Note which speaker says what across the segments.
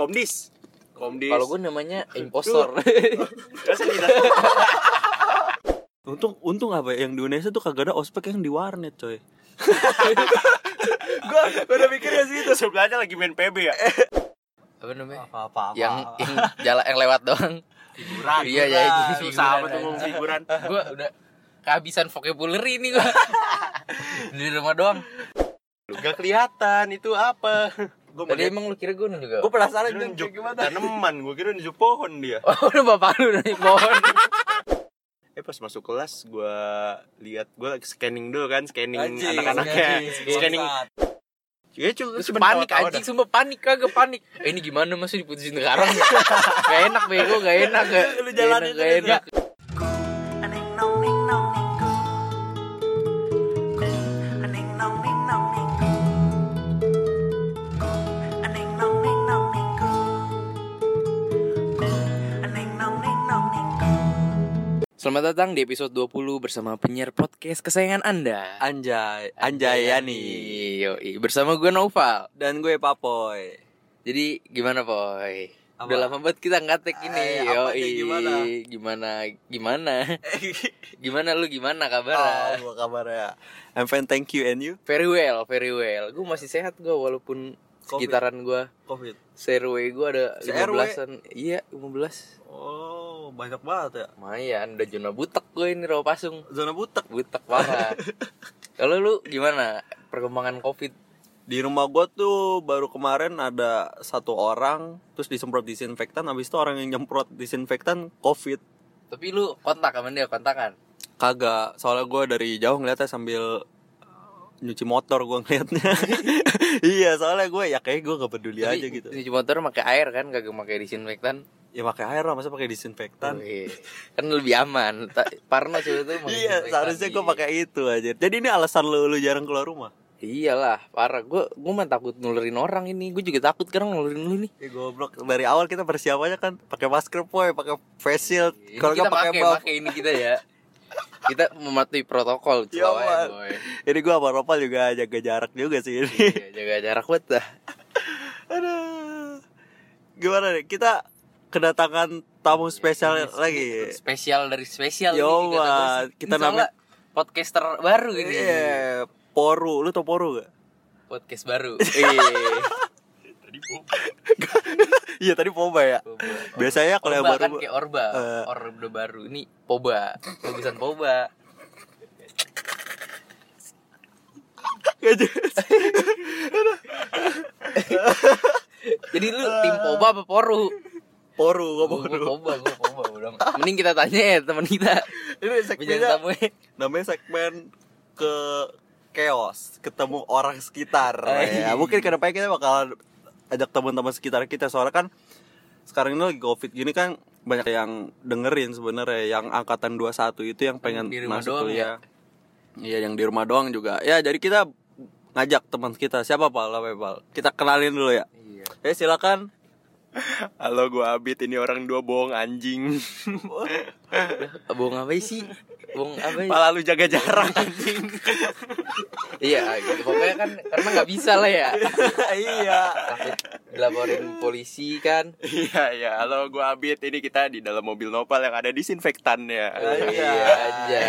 Speaker 1: Komdis. Komdis.
Speaker 2: Kalau gue namanya impostor.
Speaker 1: Masa kita?
Speaker 3: Untung untung apa ya? Yang di Indonesia tuh kagak ada ospek yang di warnet, coy.
Speaker 1: Gua gua udah mikir ya situ sebelahnya lagi main PB ya.
Speaker 2: apa namanya?
Speaker 4: apa-apa
Speaker 2: Yang yang jalan yang lewat doang.
Speaker 1: Figuran.
Speaker 2: Iya, iya,
Speaker 1: figuran.
Speaker 2: iya,
Speaker 1: Susah
Speaker 2: figuran,
Speaker 1: apa tuh
Speaker 2: iya.
Speaker 1: ngomong figuran.
Speaker 2: gue udah kehabisan vocabulary ini gue di rumah doang.
Speaker 4: gak kelihatan itu apa
Speaker 1: Gua mau
Speaker 2: Tadi emang lu kira gue juga?
Speaker 4: gue penasaran
Speaker 1: Lu
Speaker 4: itu
Speaker 1: nunjuk
Speaker 4: gimana
Speaker 1: tanaman, gue kira nunjuk pohon dia.
Speaker 2: Oh, udah bapak lu dari pohon.
Speaker 1: Eh pas masuk kelas gue lihat gue lagi scanning dulu kan, scanning
Speaker 4: Anjing,
Speaker 1: anak-anaknya.
Speaker 4: anjing.
Speaker 1: Scanning. Ya
Speaker 2: Terus
Speaker 1: cukup
Speaker 2: panik anjing, sumpah panik kagak panik. Eh ini gimana masih diputusin sekarang? gak enak bego, gak enak. Gak,
Speaker 1: Lu jalanin
Speaker 2: gak
Speaker 1: terus,
Speaker 2: enak. Gak Selamat datang di episode 20 bersama penyiar podcast kesayangan Anda.
Speaker 3: Anjay, Anjayani.
Speaker 2: Yoi, bersama gue Noval.
Speaker 3: Dan gue Papoy.
Speaker 2: Jadi gimana poy?
Speaker 3: Apa?
Speaker 2: Udah lama banget kita ngatek ini.
Speaker 3: Eh, apanya,
Speaker 2: Yoi.
Speaker 3: gimana?
Speaker 2: Gimana? Gimana? Gimana lu gimana
Speaker 4: oh,
Speaker 2: kabar?
Speaker 4: gua kabarnya
Speaker 3: ya? I'm fine, thank you and you.
Speaker 2: Very well, very well. Gue masih sehat gue walaupun
Speaker 3: Covid.
Speaker 2: sekitaran gue
Speaker 3: Covid.
Speaker 2: Serwe gue ada
Speaker 3: Se-RW?
Speaker 2: 15-an Iya 15
Speaker 3: Oh, banyak banget ya.
Speaker 2: Lumayan udah zona butek gue ini rawa pasung
Speaker 3: Zona butek.
Speaker 2: Butek banget Kalau lu gimana perkembangan covid?
Speaker 3: Di rumah gua tuh baru kemarin ada satu orang terus disemprot disinfektan habis itu orang yang nyemprot disinfektan Covid.
Speaker 2: Tapi lu kontak sama dia kontakan?
Speaker 3: Kagak, soalnya gua dari jauh ngeliatnya sambil eh, nyuci motor gua ngeliatnya. iya, soalnya gue ya kayak gue gak peduli
Speaker 2: Tapi
Speaker 3: aja gitu.
Speaker 2: Cuci motor pakai air kan kagak pakai disinfektan
Speaker 3: Ya pakai air lah, masa pakai disinfektan.
Speaker 2: Wih, kan lebih aman. Ta- Parno coba tuh mau
Speaker 3: Iya. Iya,
Speaker 2: disinfektan.
Speaker 3: seharusnya gue pakai itu aja. Jadi ini alasan lu lu jarang keluar rumah.
Speaker 2: Iyalah, parah. Gue gue mah takut nularin orang ini. Gue juga takut sekarang nularin lu nih.
Speaker 3: Ya goblok, dari awal kita persiapannya kan pakai masker poy, pakai face shield.
Speaker 2: Iya, Ini
Speaker 3: Kalau
Speaker 2: kita
Speaker 3: nggak pakai
Speaker 2: pakai
Speaker 3: buff.
Speaker 2: pakai ini kita ya. Kita mematuhi protokol
Speaker 3: Iya,
Speaker 2: Celawaya,
Speaker 3: Man.
Speaker 2: boy.
Speaker 3: Ini gue sama Ropal juga jaga jarak juga sih ini.
Speaker 2: Iya, jaga jarak buat dah.
Speaker 3: Aduh. Gimana nih? Kita kedatangan tamu
Speaker 2: Iya,
Speaker 3: spesial lagi.
Speaker 2: Spesial dari spesial
Speaker 3: Yo,
Speaker 2: kata gua
Speaker 3: Man.
Speaker 2: sih.
Speaker 3: Kita
Speaker 2: Ini soalnya podcaster baru ini.
Speaker 3: Iya, Poru. Lu tau Poru gak?
Speaker 2: Podcast baru. Iya.
Speaker 3: Iya, tadi Poba ya. Biasanya kalau yang
Speaker 2: Orba kan
Speaker 3: baru
Speaker 2: kayak Orba,
Speaker 3: Eh.
Speaker 2: Orba baru. Ini Poba, tulisan Poba.
Speaker 3: Gak jelas.
Speaker 2: Jadi
Speaker 1: Eh.
Speaker 2: lu tim Poba apa Poru?
Speaker 3: Poru, gue
Speaker 2: Gua-
Speaker 3: Poru.
Speaker 2: gua Poba, gua Poba udah. Mending kita tanya ya teman kita.
Speaker 3: Ini
Speaker 2: Bintang
Speaker 3: segmennya
Speaker 2: tamu. ya.
Speaker 3: namanya segmen ke chaos ketemu orang sekitar ya mungkin kedepannya kita bakalan ajak teman-teman sekitar kita soalnya kan sekarang ini lagi covid gini kan banyak yang dengerin sebenarnya yang angkatan 21 itu yang pengen
Speaker 2: Di rumah
Speaker 3: masuk
Speaker 2: doang
Speaker 3: kuliah ya. iya yang di rumah doang juga ya jadi kita ngajak teman kita siapa pal Apa ya, pal kita kenalin dulu ya
Speaker 2: Iya.
Speaker 3: eh silakan
Speaker 1: Halo gue Abid, ini orang dua bohong anjing.
Speaker 2: Bohong apa sih? Bohong apa sih?
Speaker 1: Pala lu jaga jarak anjing.
Speaker 2: Iya, gitu. pokoknya kan karena nggak bisa lah ya.
Speaker 3: iya
Speaker 2: Takut dilaporin polisi kan.
Speaker 1: Iya iya, halo gue Abid, ini kita di dalam mobil Nopal yang ada disinfektannya.
Speaker 2: Iya aja.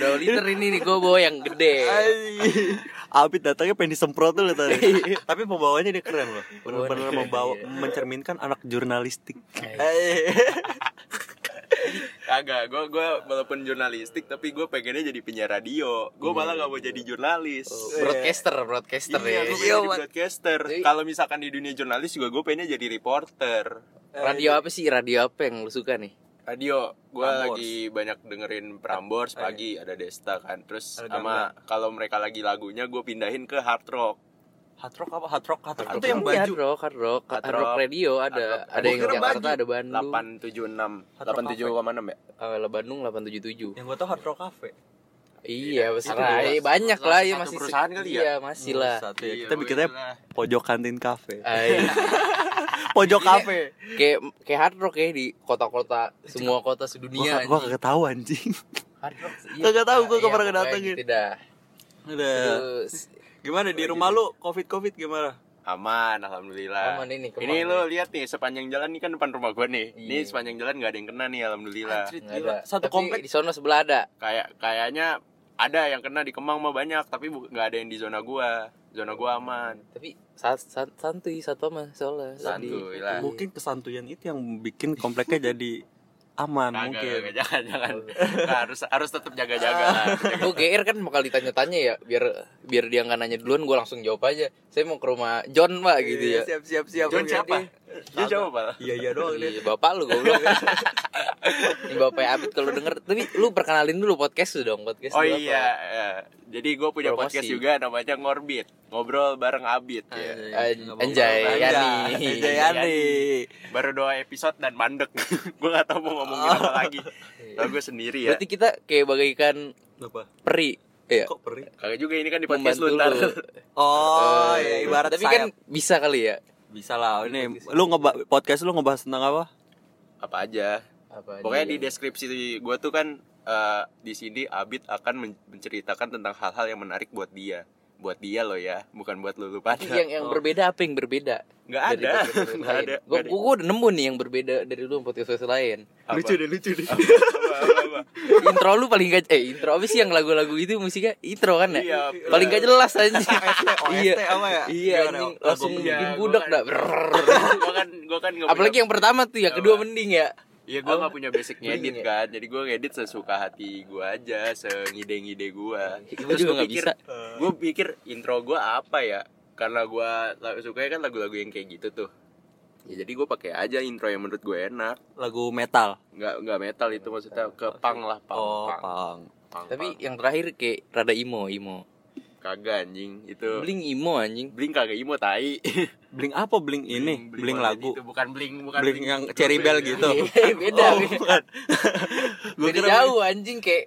Speaker 2: Dua liter ini nih gue bawa yang gede.
Speaker 3: Abid datangnya pengen disemprot dulu tadi. Tapi pembawanya dia keren loh. Benar-benar membawa mencerminkan anak jurnalistik.
Speaker 1: Agak, gue gua walaupun jurnalistik tapi gue pengennya jadi penyiar radio. Gue malah gak mau jadi jurnalis.
Speaker 2: Broadcaster, Iya, Oh, broadcaster
Speaker 1: Iya,
Speaker 2: ya.
Speaker 1: gue pengen jadi broadcaster.
Speaker 2: Jadi-
Speaker 1: Kalau misalkan di dunia jurnalis juga gue pengennya jadi reporter.
Speaker 2: Radio apa sih? Radio apa yang lu suka nih?
Speaker 1: Radio, gue
Speaker 3: Prambors.
Speaker 1: lagi banyak dengerin
Speaker 2: Ah,
Speaker 1: Prambors
Speaker 2: iya.
Speaker 1: pagi ada Desta kan. Terus sama kalau mereka lagi lagunya gue pindahin ke hard rock.
Speaker 3: Hard rock apa? Hard rock, hard rock. Itu yang
Speaker 2: Iya,
Speaker 3: baju.
Speaker 2: Hard rock, hard rock, hard
Speaker 1: Hard
Speaker 2: rock
Speaker 1: rock.
Speaker 2: radio ada,
Speaker 1: Hard rock.
Speaker 2: ada yang
Speaker 1: Gua kira
Speaker 2: Jakarta,
Speaker 1: baju.
Speaker 2: ada Bandung.
Speaker 1: 876
Speaker 3: Hard rock
Speaker 1: 87,6 ya?
Speaker 2: Eh, lah, Bandung 877.
Speaker 3: Yang gue tau hard rock cafe.
Speaker 2: Iya, besar
Speaker 1: itu
Speaker 2: lah.
Speaker 1: dua.
Speaker 2: Eh, banyak lah ya
Speaker 1: Satu
Speaker 2: masih
Speaker 1: perusahaan kali ya?
Speaker 2: Iya, masih lah.
Speaker 3: Satu ya.
Speaker 1: Iya,
Speaker 3: Kita bikinnya
Speaker 1: boleh lah.
Speaker 3: pojok kantin cafe.
Speaker 2: Ay,
Speaker 3: Pojok cafe.
Speaker 2: kayak kayak hard rock ya di kota-kota semua kota sedunia.
Speaker 3: Gua gua kagak tahu anjing.
Speaker 2: hard rock. iya.
Speaker 3: Kagak tahu, gua
Speaker 2: nggak
Speaker 3: kemarin
Speaker 2: gitu
Speaker 3: datengin.
Speaker 2: Tidak.
Speaker 3: Udah.
Speaker 2: Terus
Speaker 3: Gimana di rumah lu covid covid gimana?
Speaker 1: Aman, alhamdulillah.
Speaker 2: Aman ini, Kemang
Speaker 1: Ini
Speaker 2: nih.
Speaker 1: lo lihat nih sepanjang jalan nih kan depan rumah gua nih.
Speaker 2: Iya.
Speaker 1: Ini sepanjang jalan nggak ada yang kena nih, alhamdulillah.
Speaker 3: Anjrit,
Speaker 2: Nggak
Speaker 3: gila.
Speaker 2: ada.
Speaker 3: Satu
Speaker 2: Tapi
Speaker 3: komplek.
Speaker 2: Di sono sebelah ada.
Speaker 1: Kayak kayaknya ada yang kena di Kemang mah banyak, tapi bu- nggak ada yang di zona gua. Zona gua aman.
Speaker 2: Tapi sa- sa- santuy satu mah soalnya. tadi.
Speaker 1: Santuy lah.
Speaker 2: Mungkin.
Speaker 3: Mungkin kesantuyan itu yang bikin kompleknya jadi aman
Speaker 1: Kagak,
Speaker 3: mungkin.
Speaker 1: kagak, jangan, jangan.
Speaker 2: Oh.
Speaker 1: Nah, harus harus tetap jaga-jaga lah.
Speaker 2: Gue GR kan bakal ditanya-tanya ya biar biar dia nggak nanya duluan gue langsung jawab aja. Saya mau ke rumah John Pak gitu ya.
Speaker 3: Siap siap siap.
Speaker 1: John siapa? Dia jawab apa?
Speaker 3: Iya iya
Speaker 1: Oh,
Speaker 3: doang dia.
Speaker 2: Iya, bapak lu goblok. Ini bapak Abid kalau denger, tapi lu perkenalin dulu podcast lu dong, podcast
Speaker 1: Oh
Speaker 2: lu apa?
Speaker 1: iya, iya. jadi gue punya
Speaker 2: Promosi.
Speaker 1: podcast juga namanya Ngorbit, ngobrol bareng Abid ya.
Speaker 2: Anjay, Anjay, Yani.
Speaker 3: Anjay Yani.
Speaker 1: Baru dua episode dan mandek, gue gak tahu mau ngomongin apa lagi. Lalu gue sendiri ya.
Speaker 2: Oh. Iya. Berarti kita kayak bagaikan
Speaker 3: Apa?
Speaker 2: peri. Iya.
Speaker 3: Kok perih?
Speaker 1: Kagak juga ini kan di podcast
Speaker 2: Membantu
Speaker 1: lu
Speaker 2: lu.
Speaker 1: ntar. iya,
Speaker 3: Oh,
Speaker 2: Eh,
Speaker 3: ya ibarat
Speaker 2: Tapi kan
Speaker 3: sayap.
Speaker 2: bisa kali ya.
Speaker 3: bisa lah ini lu ngeba podcast lu ngebahas tentang apa?
Speaker 1: Apa aja. Pokoknya
Speaker 2: ya?
Speaker 1: di deskripsi gue tuh kan eh, di sini Abid akan men- menceritakan tentang hal-hal yang menarik buat dia. Buat dia loh ya, bukan buat lu lu pada.
Speaker 2: yang yang berbeda apa yang berbeda?
Speaker 1: Oh. Nggak ada. Nggak ada.
Speaker 2: Gue
Speaker 1: Nggak ada.
Speaker 2: gue udah nemu nih yang berbeda dari lu sama podcast lain.
Speaker 1: Apa?
Speaker 3: deh, lucu deh.
Speaker 1: Apa, apa, apa.
Speaker 2: intro lu paling gak eh intro apa sih yang lagu-lagu itu musiknya intro kan ya?
Speaker 1: Iya.
Speaker 2: paling gak jelas anjing.
Speaker 3: OST
Speaker 2: iya.
Speaker 3: apa
Speaker 2: Iya
Speaker 3: ya? Gimana,
Speaker 2: anjing
Speaker 3: lagu
Speaker 2: langsung
Speaker 1: Iya,
Speaker 2: bikin
Speaker 1: gua
Speaker 2: budak
Speaker 1: kan-
Speaker 2: dah. Brrrr.
Speaker 1: Gua kan gua kan nggak punya-
Speaker 2: Apalagi yang pertama tuh ya, kedua mending ya.
Speaker 1: Iya gue gak punya basic ngedit
Speaker 2: Belinya.
Speaker 1: kan Jadi gue ngedit sesuka hati gue aja Sengide-ngide gue
Speaker 2: Iya, Gua juga nggak bisa.
Speaker 1: Gue pikir intro gue apa ya Karena gue sukanya kan lagu-lagu yang kayak gitu tuh Ya jadi gue pakai aja intro yang menurut gue enak
Speaker 3: Lagu metal.
Speaker 1: Nggak, nggak metal itu maksudnya ke pang lah pang,
Speaker 3: Oh,
Speaker 1: pang,
Speaker 3: pang.
Speaker 1: pang, pang.
Speaker 2: Tapi yang terakhir kayak rada imo imo.
Speaker 1: Kagak anjing itu Bling,
Speaker 2: Bling imo anjing.
Speaker 1: kagak imo tai
Speaker 3: Bling apa bling ini? Bling,
Speaker 1: warna
Speaker 3: lagu.
Speaker 1: gitu, Bukan bling bukan
Speaker 3: Bling yang cherry bell gitu.
Speaker 2: Iya, beda.
Speaker 3: Oh,
Speaker 2: beda.
Speaker 3: bukan. Gua
Speaker 2: Beda
Speaker 3: kira- Oh.
Speaker 2: jauh anjing kayak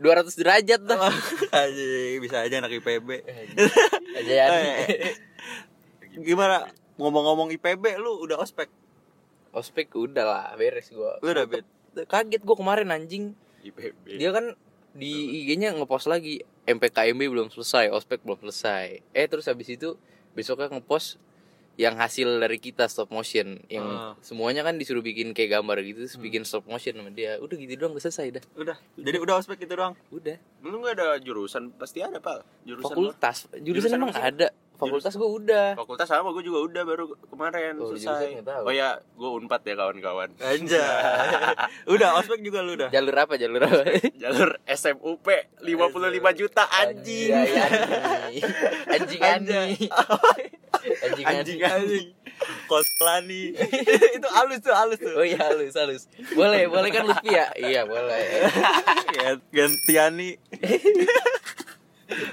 Speaker 1: Bukan.
Speaker 2: 200 derajat tuh.
Speaker 3: Anjing, bisa aja anak IPB.
Speaker 2: Aja ya.
Speaker 3: Eh, Gimana? Ngomong-ngomong IPB lu udah ospek?
Speaker 2: Ospek udah lah, beres gua.
Speaker 3: Lu udah bed.
Speaker 2: Kaget gua kemarin anjing.
Speaker 1: IPB
Speaker 2: Dia kan di IG-nya ngepost lagi MPKMB belum selesai, ospek belum selesai. Eh terus habis itu besoknya ngepost yang hasil dari kita stop motion yang
Speaker 3: Ah.
Speaker 2: semuanya kan disuruh bikin kayak gambar gitu terus bikin stop motion sama dia udah gitu doang udah selesai dah
Speaker 3: Udah. Jadi udah ospek itu doang.
Speaker 2: udah
Speaker 1: Lu nggak ada jurusan Pasti ada pak Jurusan
Speaker 2: fakultas jurusan,
Speaker 1: Jurusan
Speaker 2: emang
Speaker 1: apa sih?
Speaker 2: ada fakultas gua udah
Speaker 1: Fakultas sama gue juga udah baru kemarin
Speaker 2: Oh, jurusan
Speaker 1: selesai.
Speaker 2: nggak tahu.
Speaker 1: Oh ya, gue unpad ya kawan-kawan.
Speaker 3: Anjay. udah ospek juga lu udah.
Speaker 2: jalur apa jalur apa
Speaker 1: Jalur SMUP 55 juta anjing.
Speaker 2: Iya, anjing anjing anjing anjing anjing
Speaker 3: anjing. Kotlani. itu halus tuh, halus tuh.
Speaker 2: oh iya halus halus boleh boleh kan Lutfi ya iya boleh
Speaker 3: Gen- Gentiani.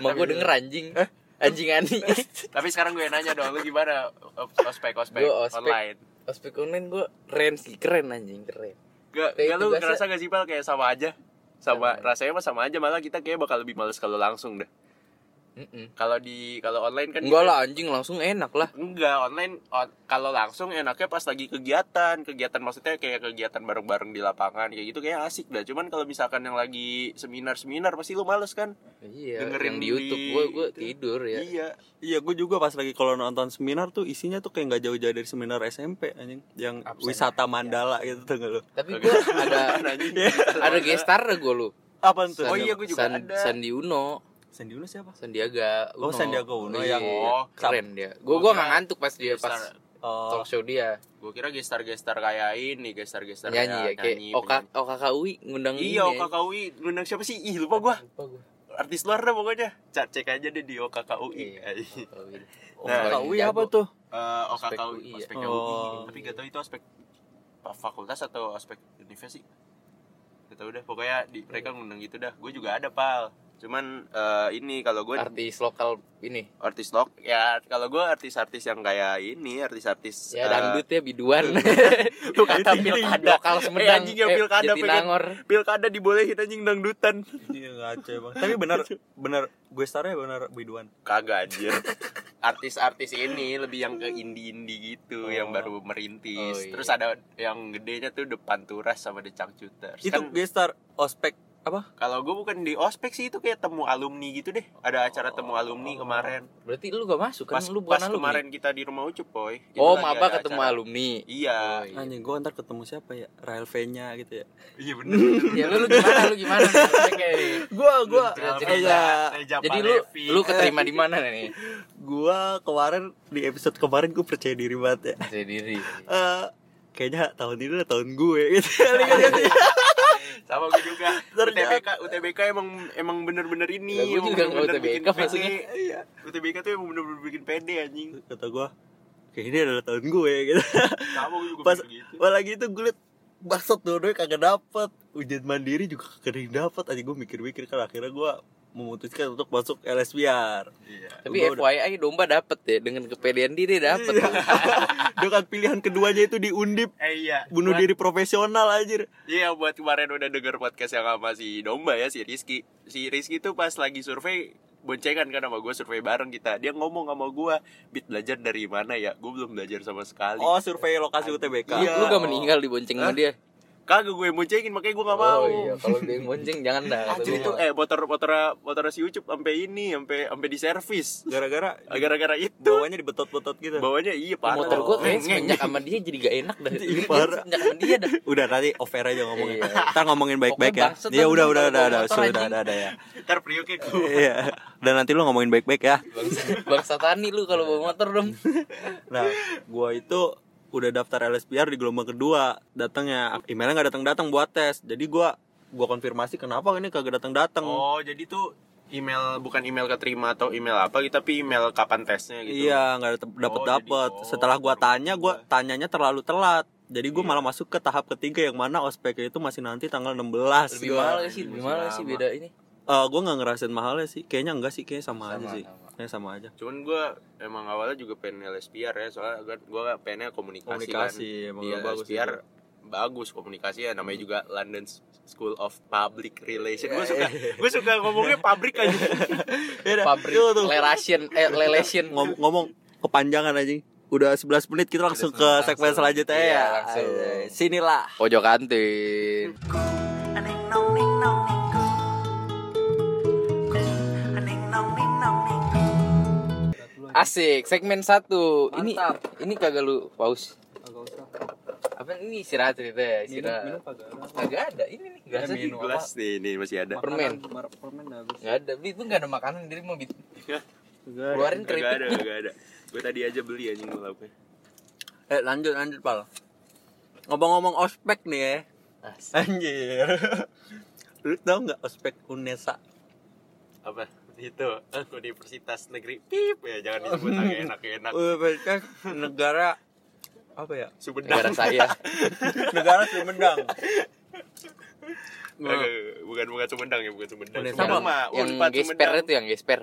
Speaker 2: Mau gue denger anjing Anjing Ani
Speaker 1: Tapi sekarang gue nanya dong, lu gimana os- ospek ospek
Speaker 2: Gua ospek.
Speaker 1: online?
Speaker 2: Ospek online gue keren sih Keren anjing keren
Speaker 1: Gak, gak
Speaker 2: Kayak
Speaker 1: lu
Speaker 2: tugasnya-
Speaker 1: ngerasa gak sih pal kayak sama aja? Sama,
Speaker 2: Sama.
Speaker 1: rasanya mah sama aja malah kita kayak bakal lebih males kalau langsung deh. Kalau di kalau online kan
Speaker 2: Enggak
Speaker 1: kita-
Speaker 2: lah anjing langsung enak lah
Speaker 1: Enggak, online on- kalau langsung enaknya pas lagi kegiatan. Kegiatan maksudnya kayak kegiatan bareng-bareng di lapangan kayak gitu kayak asik dah. Cuman kalau misalkan yang lagi seminar-seminar pasti lu males kan?
Speaker 2: Iya
Speaker 1: Dengerin
Speaker 2: yang di
Speaker 1: di-
Speaker 2: Youtube gue gua
Speaker 1: itu.
Speaker 2: tidur ya
Speaker 1: Iya.
Speaker 3: Iya, gue juga pas lagi kalau nonton seminar tuh isinya tuh kayak nggak jauh-jauh dari seminar SMP anjing, yang
Speaker 2: Absen.
Speaker 3: wisata mandala gitu tuh nggak lu.
Speaker 2: Tapi gue
Speaker 1: Kan
Speaker 2: ada Iya. Ada gestar gue lu
Speaker 3: Apaan tuh?
Speaker 1: Oh iya, gua juga ada.
Speaker 2: Sandi Uno
Speaker 3: Sandi Uno siapa?
Speaker 2: Sandiaga Uno
Speaker 3: Oh, Sandiaga Uno
Speaker 2: Iya,
Speaker 3: yang-
Speaker 1: Oh,
Speaker 2: Keren dia Gue gua gak ngantuk pas dia
Speaker 1: Gestar.
Speaker 2: pas
Speaker 3: Oh,
Speaker 2: talk show dia
Speaker 1: Gue kira gestar-gestar kayak ini, gestar-gestar
Speaker 2: Nyanyi ya kayak Oka, OKKUI ngundang ini
Speaker 1: Iya,
Speaker 2: ya. Iya,
Speaker 1: OKKUI ngundang siapa sih? Ih, lupa gua.
Speaker 2: Lupa gua.
Speaker 1: Artis luar dah pokoknya. Cek cek aja deh di OKKUI.
Speaker 2: Iya,
Speaker 1: Eh,
Speaker 2: OKKUI.
Speaker 3: oh
Speaker 1: Nah,
Speaker 3: Kawi
Speaker 2: jago.
Speaker 3: apa tuh?
Speaker 1: Eh,
Speaker 2: Ospek UI,
Speaker 1: OKKUI,
Speaker 2: ya.
Speaker 1: ospek
Speaker 3: Oh.
Speaker 1: UI. Tapi gak tahu itu ospek fakultas atau ospek universitas sih. Gak tahu dah, pokoknya
Speaker 2: Iya.
Speaker 1: di mereka ngundang gitu dah. Gue juga ada, Pal. Cuman eh, ini kalau gue
Speaker 2: Artis lokal ini
Speaker 1: artis lok ya kalau gue artis-artis yang kayak ini artis-artis eh,
Speaker 2: Ya dangdut ya biduan.
Speaker 1: Lu kata
Speaker 2: pilkada
Speaker 1: pilkada.
Speaker 2: lokal Sumedang.
Speaker 1: Eh, anjing yang
Speaker 2: Eh,
Speaker 1: pilkada
Speaker 2: Jatinangor.
Speaker 1: pengen- Pilkada dibolehin anjing dangdutan.
Speaker 3: Iya ngaco bang. Tapi benar benar gue starnya benar Biduan.
Speaker 1: Kagak anjir. Artis-artis ini lebih yang ke indie-indie gitu, yang baru merintis.
Speaker 2: Oh, iya.
Speaker 1: Terus ada yang gedenya tuh Depan Turas sama The Cangcuters.
Speaker 3: Itu
Speaker 1: Kan
Speaker 3: gue star ospek apa?
Speaker 1: Kalau gue bukan di ospek sih itu kayak temu alumni gitu deh. Ada acara temu alumni kemarin.
Speaker 2: Berarti lu gak masuk Oh. kan?
Speaker 1: Pas,
Speaker 2: lu
Speaker 1: pas
Speaker 2: bukan alumni.
Speaker 1: kemarin kita di rumah Ucup, boy. Itu
Speaker 2: oh,
Speaker 1: lagi
Speaker 2: maba
Speaker 1: ada
Speaker 2: ketemu
Speaker 1: acara.
Speaker 2: alumni.
Speaker 1: Iya.
Speaker 2: Oh, iya.
Speaker 3: Anjing gue ntar ketemu siapa ya? Rael V-nya gitu ya.
Speaker 1: Iya bener. bener,
Speaker 2: Ya
Speaker 1: bener.
Speaker 2: lu, lu gimana? Lu gimana? Oke.
Speaker 3: Gua gua
Speaker 2: Belum cerita-cerita.
Speaker 3: kayaknya
Speaker 1: Reja
Speaker 2: Iya. Jadi lu
Speaker 1: Palevi.
Speaker 2: lu keterima di mana nih?
Speaker 3: gua kemarin di episode kemarin gue percaya diri banget ya.
Speaker 2: Saya diri.
Speaker 3: Eh, kayaknya tahun ini udah tahun gue gitu.
Speaker 1: sama gue juga.
Speaker 3: Ternyata-
Speaker 1: UTBK UTBK emang emang bener-bener ini.
Speaker 2: Lah, gua
Speaker 1: emang
Speaker 2: kan? juga nggak
Speaker 1: bener-bener
Speaker 2: UTBK
Speaker 1: bikin pede.
Speaker 2: maksudnya.
Speaker 1: Iya. UTBK tuh emang bener-bener bikin pede anjing.
Speaker 3: Kata gua kayak ini adalah tahun gue gitu.
Speaker 1: Sama gue juga
Speaker 3: Pas
Speaker 1: mikir gitu.
Speaker 3: malah gitu gue liat Maksud dua-duanya kagak dapet Ujian mandiri juga kagak ada yang dapet Aja gue mikir-mikir kan akhirnya gue memutuskan untuk masuk LSBR
Speaker 1: Iya.
Speaker 2: Tapi
Speaker 3: Gua udah-
Speaker 2: FYI domba dapet ya dengan kepedean diri dapet.
Speaker 1: Iya.
Speaker 3: Dengan pilihan keduanya itu diundip
Speaker 1: Eh iya.
Speaker 3: Bunuh
Speaker 1: Buat-
Speaker 3: diri profesional anjir
Speaker 1: Iya buat kemarin udah denger podcast yang sama si Domba ya si Rizky Si Rizky tuh pas lagi survei boncengan kan sama gue survei bareng kita Dia ngomong sama gue Bit belajar dari mana ya Gue belum belajar sama sekali
Speaker 3: Oh survei lokasi UTBK
Speaker 2: Lu, lu gak meninggal dibonceng sama dia.
Speaker 1: Kagak gue boncengin makanya gue gak mau
Speaker 2: Oh iya, kalau dia yang bonceng jangan dah. kata
Speaker 1: Anjir
Speaker 2: gua
Speaker 1: itu
Speaker 2: mah.
Speaker 1: eh motor motor motor si Ucup sampai ini sampai sampai di servis
Speaker 3: Gara-gara
Speaker 1: gara-gara itu
Speaker 3: bawahnya dibetot-betot gitu
Speaker 1: bawanya iya parah
Speaker 2: motor gua
Speaker 1: Ngeng,
Speaker 2: kayak
Speaker 1: ngeng.
Speaker 2: semenjak sama dia jadi gak enak dah.
Speaker 3: Iya,
Speaker 2: Jadi
Speaker 3: parah.
Speaker 2: Semenjak sama dia dah.
Speaker 3: Udah nanti off air aja ngomongin
Speaker 2: Iya.
Speaker 3: Ntar ngomongin baik-baik ya
Speaker 2: Pokoknya bangsa
Speaker 3: Iya
Speaker 2: tuh
Speaker 3: udah
Speaker 2: lu
Speaker 3: udah
Speaker 2: kalau bawa
Speaker 3: udah udah
Speaker 2: motor,
Speaker 3: Sudah
Speaker 2: anjing.
Speaker 3: udah ada ya
Speaker 1: ntar priuknya gue
Speaker 3: Iya Dan nanti lu ngomongin baik-baik ya
Speaker 2: Bangsa, bangsa tani lu kalau bawa motor dong.
Speaker 3: Nah, gua itu udah daftar LSPR di gelombang kedua datangnya emailnya nggak datang datang buat tes jadi gua gua konfirmasi kenapa ini kagak datang datang
Speaker 1: Oh jadi tuh email bukan email keterima atau email apa gitu tapi email kapan tesnya gitu
Speaker 3: iya nggak dapat
Speaker 1: Oh, jadi-
Speaker 3: dapat
Speaker 1: oh,
Speaker 3: setelah gua
Speaker 1: baru Iya.
Speaker 3: tanya gua
Speaker 1: kedua.
Speaker 3: tanyanya terlalu telat jadi gua malah masuk ke tahap ketiga yang mana ospek itu masih nanti tanggal 16
Speaker 2: Lebih
Speaker 3: Gua-
Speaker 2: mahal gak sih, lebih mahal gak sih
Speaker 1: sama.
Speaker 2: beda ini.
Speaker 3: Eh, gua nggak ngerasain mahalnya sih kayaknya enggak sih kayaknya sama, aja
Speaker 2: Sama,
Speaker 3: sih
Speaker 2: sama.
Speaker 3: kayaknya sama aja
Speaker 1: Cuman gue emang awalnya juga pengen LSPR ya Soalnya gue, gue pengennya komunikasi,
Speaker 3: komunikasi
Speaker 1: kan
Speaker 3: emang
Speaker 1: Di
Speaker 3: nggak bagus
Speaker 1: LSPR
Speaker 3: itu. Hmm.
Speaker 1: bagus komunikasi ya Namanya juga London School of Public Relation Gue suka, gue suka ngomongnya pabrik aja Ya
Speaker 3: Iya dah,
Speaker 2: Pabrik
Speaker 3: itu tuh.
Speaker 2: lelation eh lelation
Speaker 3: Ngom- ngomong kepanjangan aja udah 11 menit kita langsung ke segmen selanjutnya
Speaker 2: Iya,
Speaker 3: ya
Speaker 2: langsung.
Speaker 3: Ay, sinilah
Speaker 2: pojok kantin. Asik, segmen satu. Ini ini kagak lu pause. Apa ini istirahat cerita ya, istirahat. Kagak ada. Ini nih, enggak ada.
Speaker 1: Ini gelas nih, nih masih ada
Speaker 2: Permen.
Speaker 3: permen
Speaker 2: Enggak ada. Bit, lu enggak ada makanan dari mau bit.
Speaker 3: bagus
Speaker 2: Keluarin
Speaker 1: Gak Iya. ada,
Speaker 2: keripik.
Speaker 1: gak ada Gue tadi aja beli anjing ngelapnya
Speaker 3: eh lanjut lanjut pal ngomong-ngomong ospek nih ya
Speaker 2: Asik.
Speaker 3: anjir lu tau nggak ospek unesa
Speaker 1: Apa? Itu, eh, Universitas Negeri Pip ya, jangan disebut agak enak-enak
Speaker 3: Universitas negara apa ya
Speaker 1: Sumedang
Speaker 2: Negara saya.
Speaker 3: negara Sumedang Nah,
Speaker 1: Nggak, nggak, nggak. Bukan, bukan Sumedang ya, bukan Sumedang
Speaker 3: Bukan
Speaker 1: Sumedang
Speaker 3: Sumedang.
Speaker 1: mah,
Speaker 2: yang ya?
Speaker 1: Unpad
Speaker 2: gesper
Speaker 1: Sumedang
Speaker 2: itu yang gesper.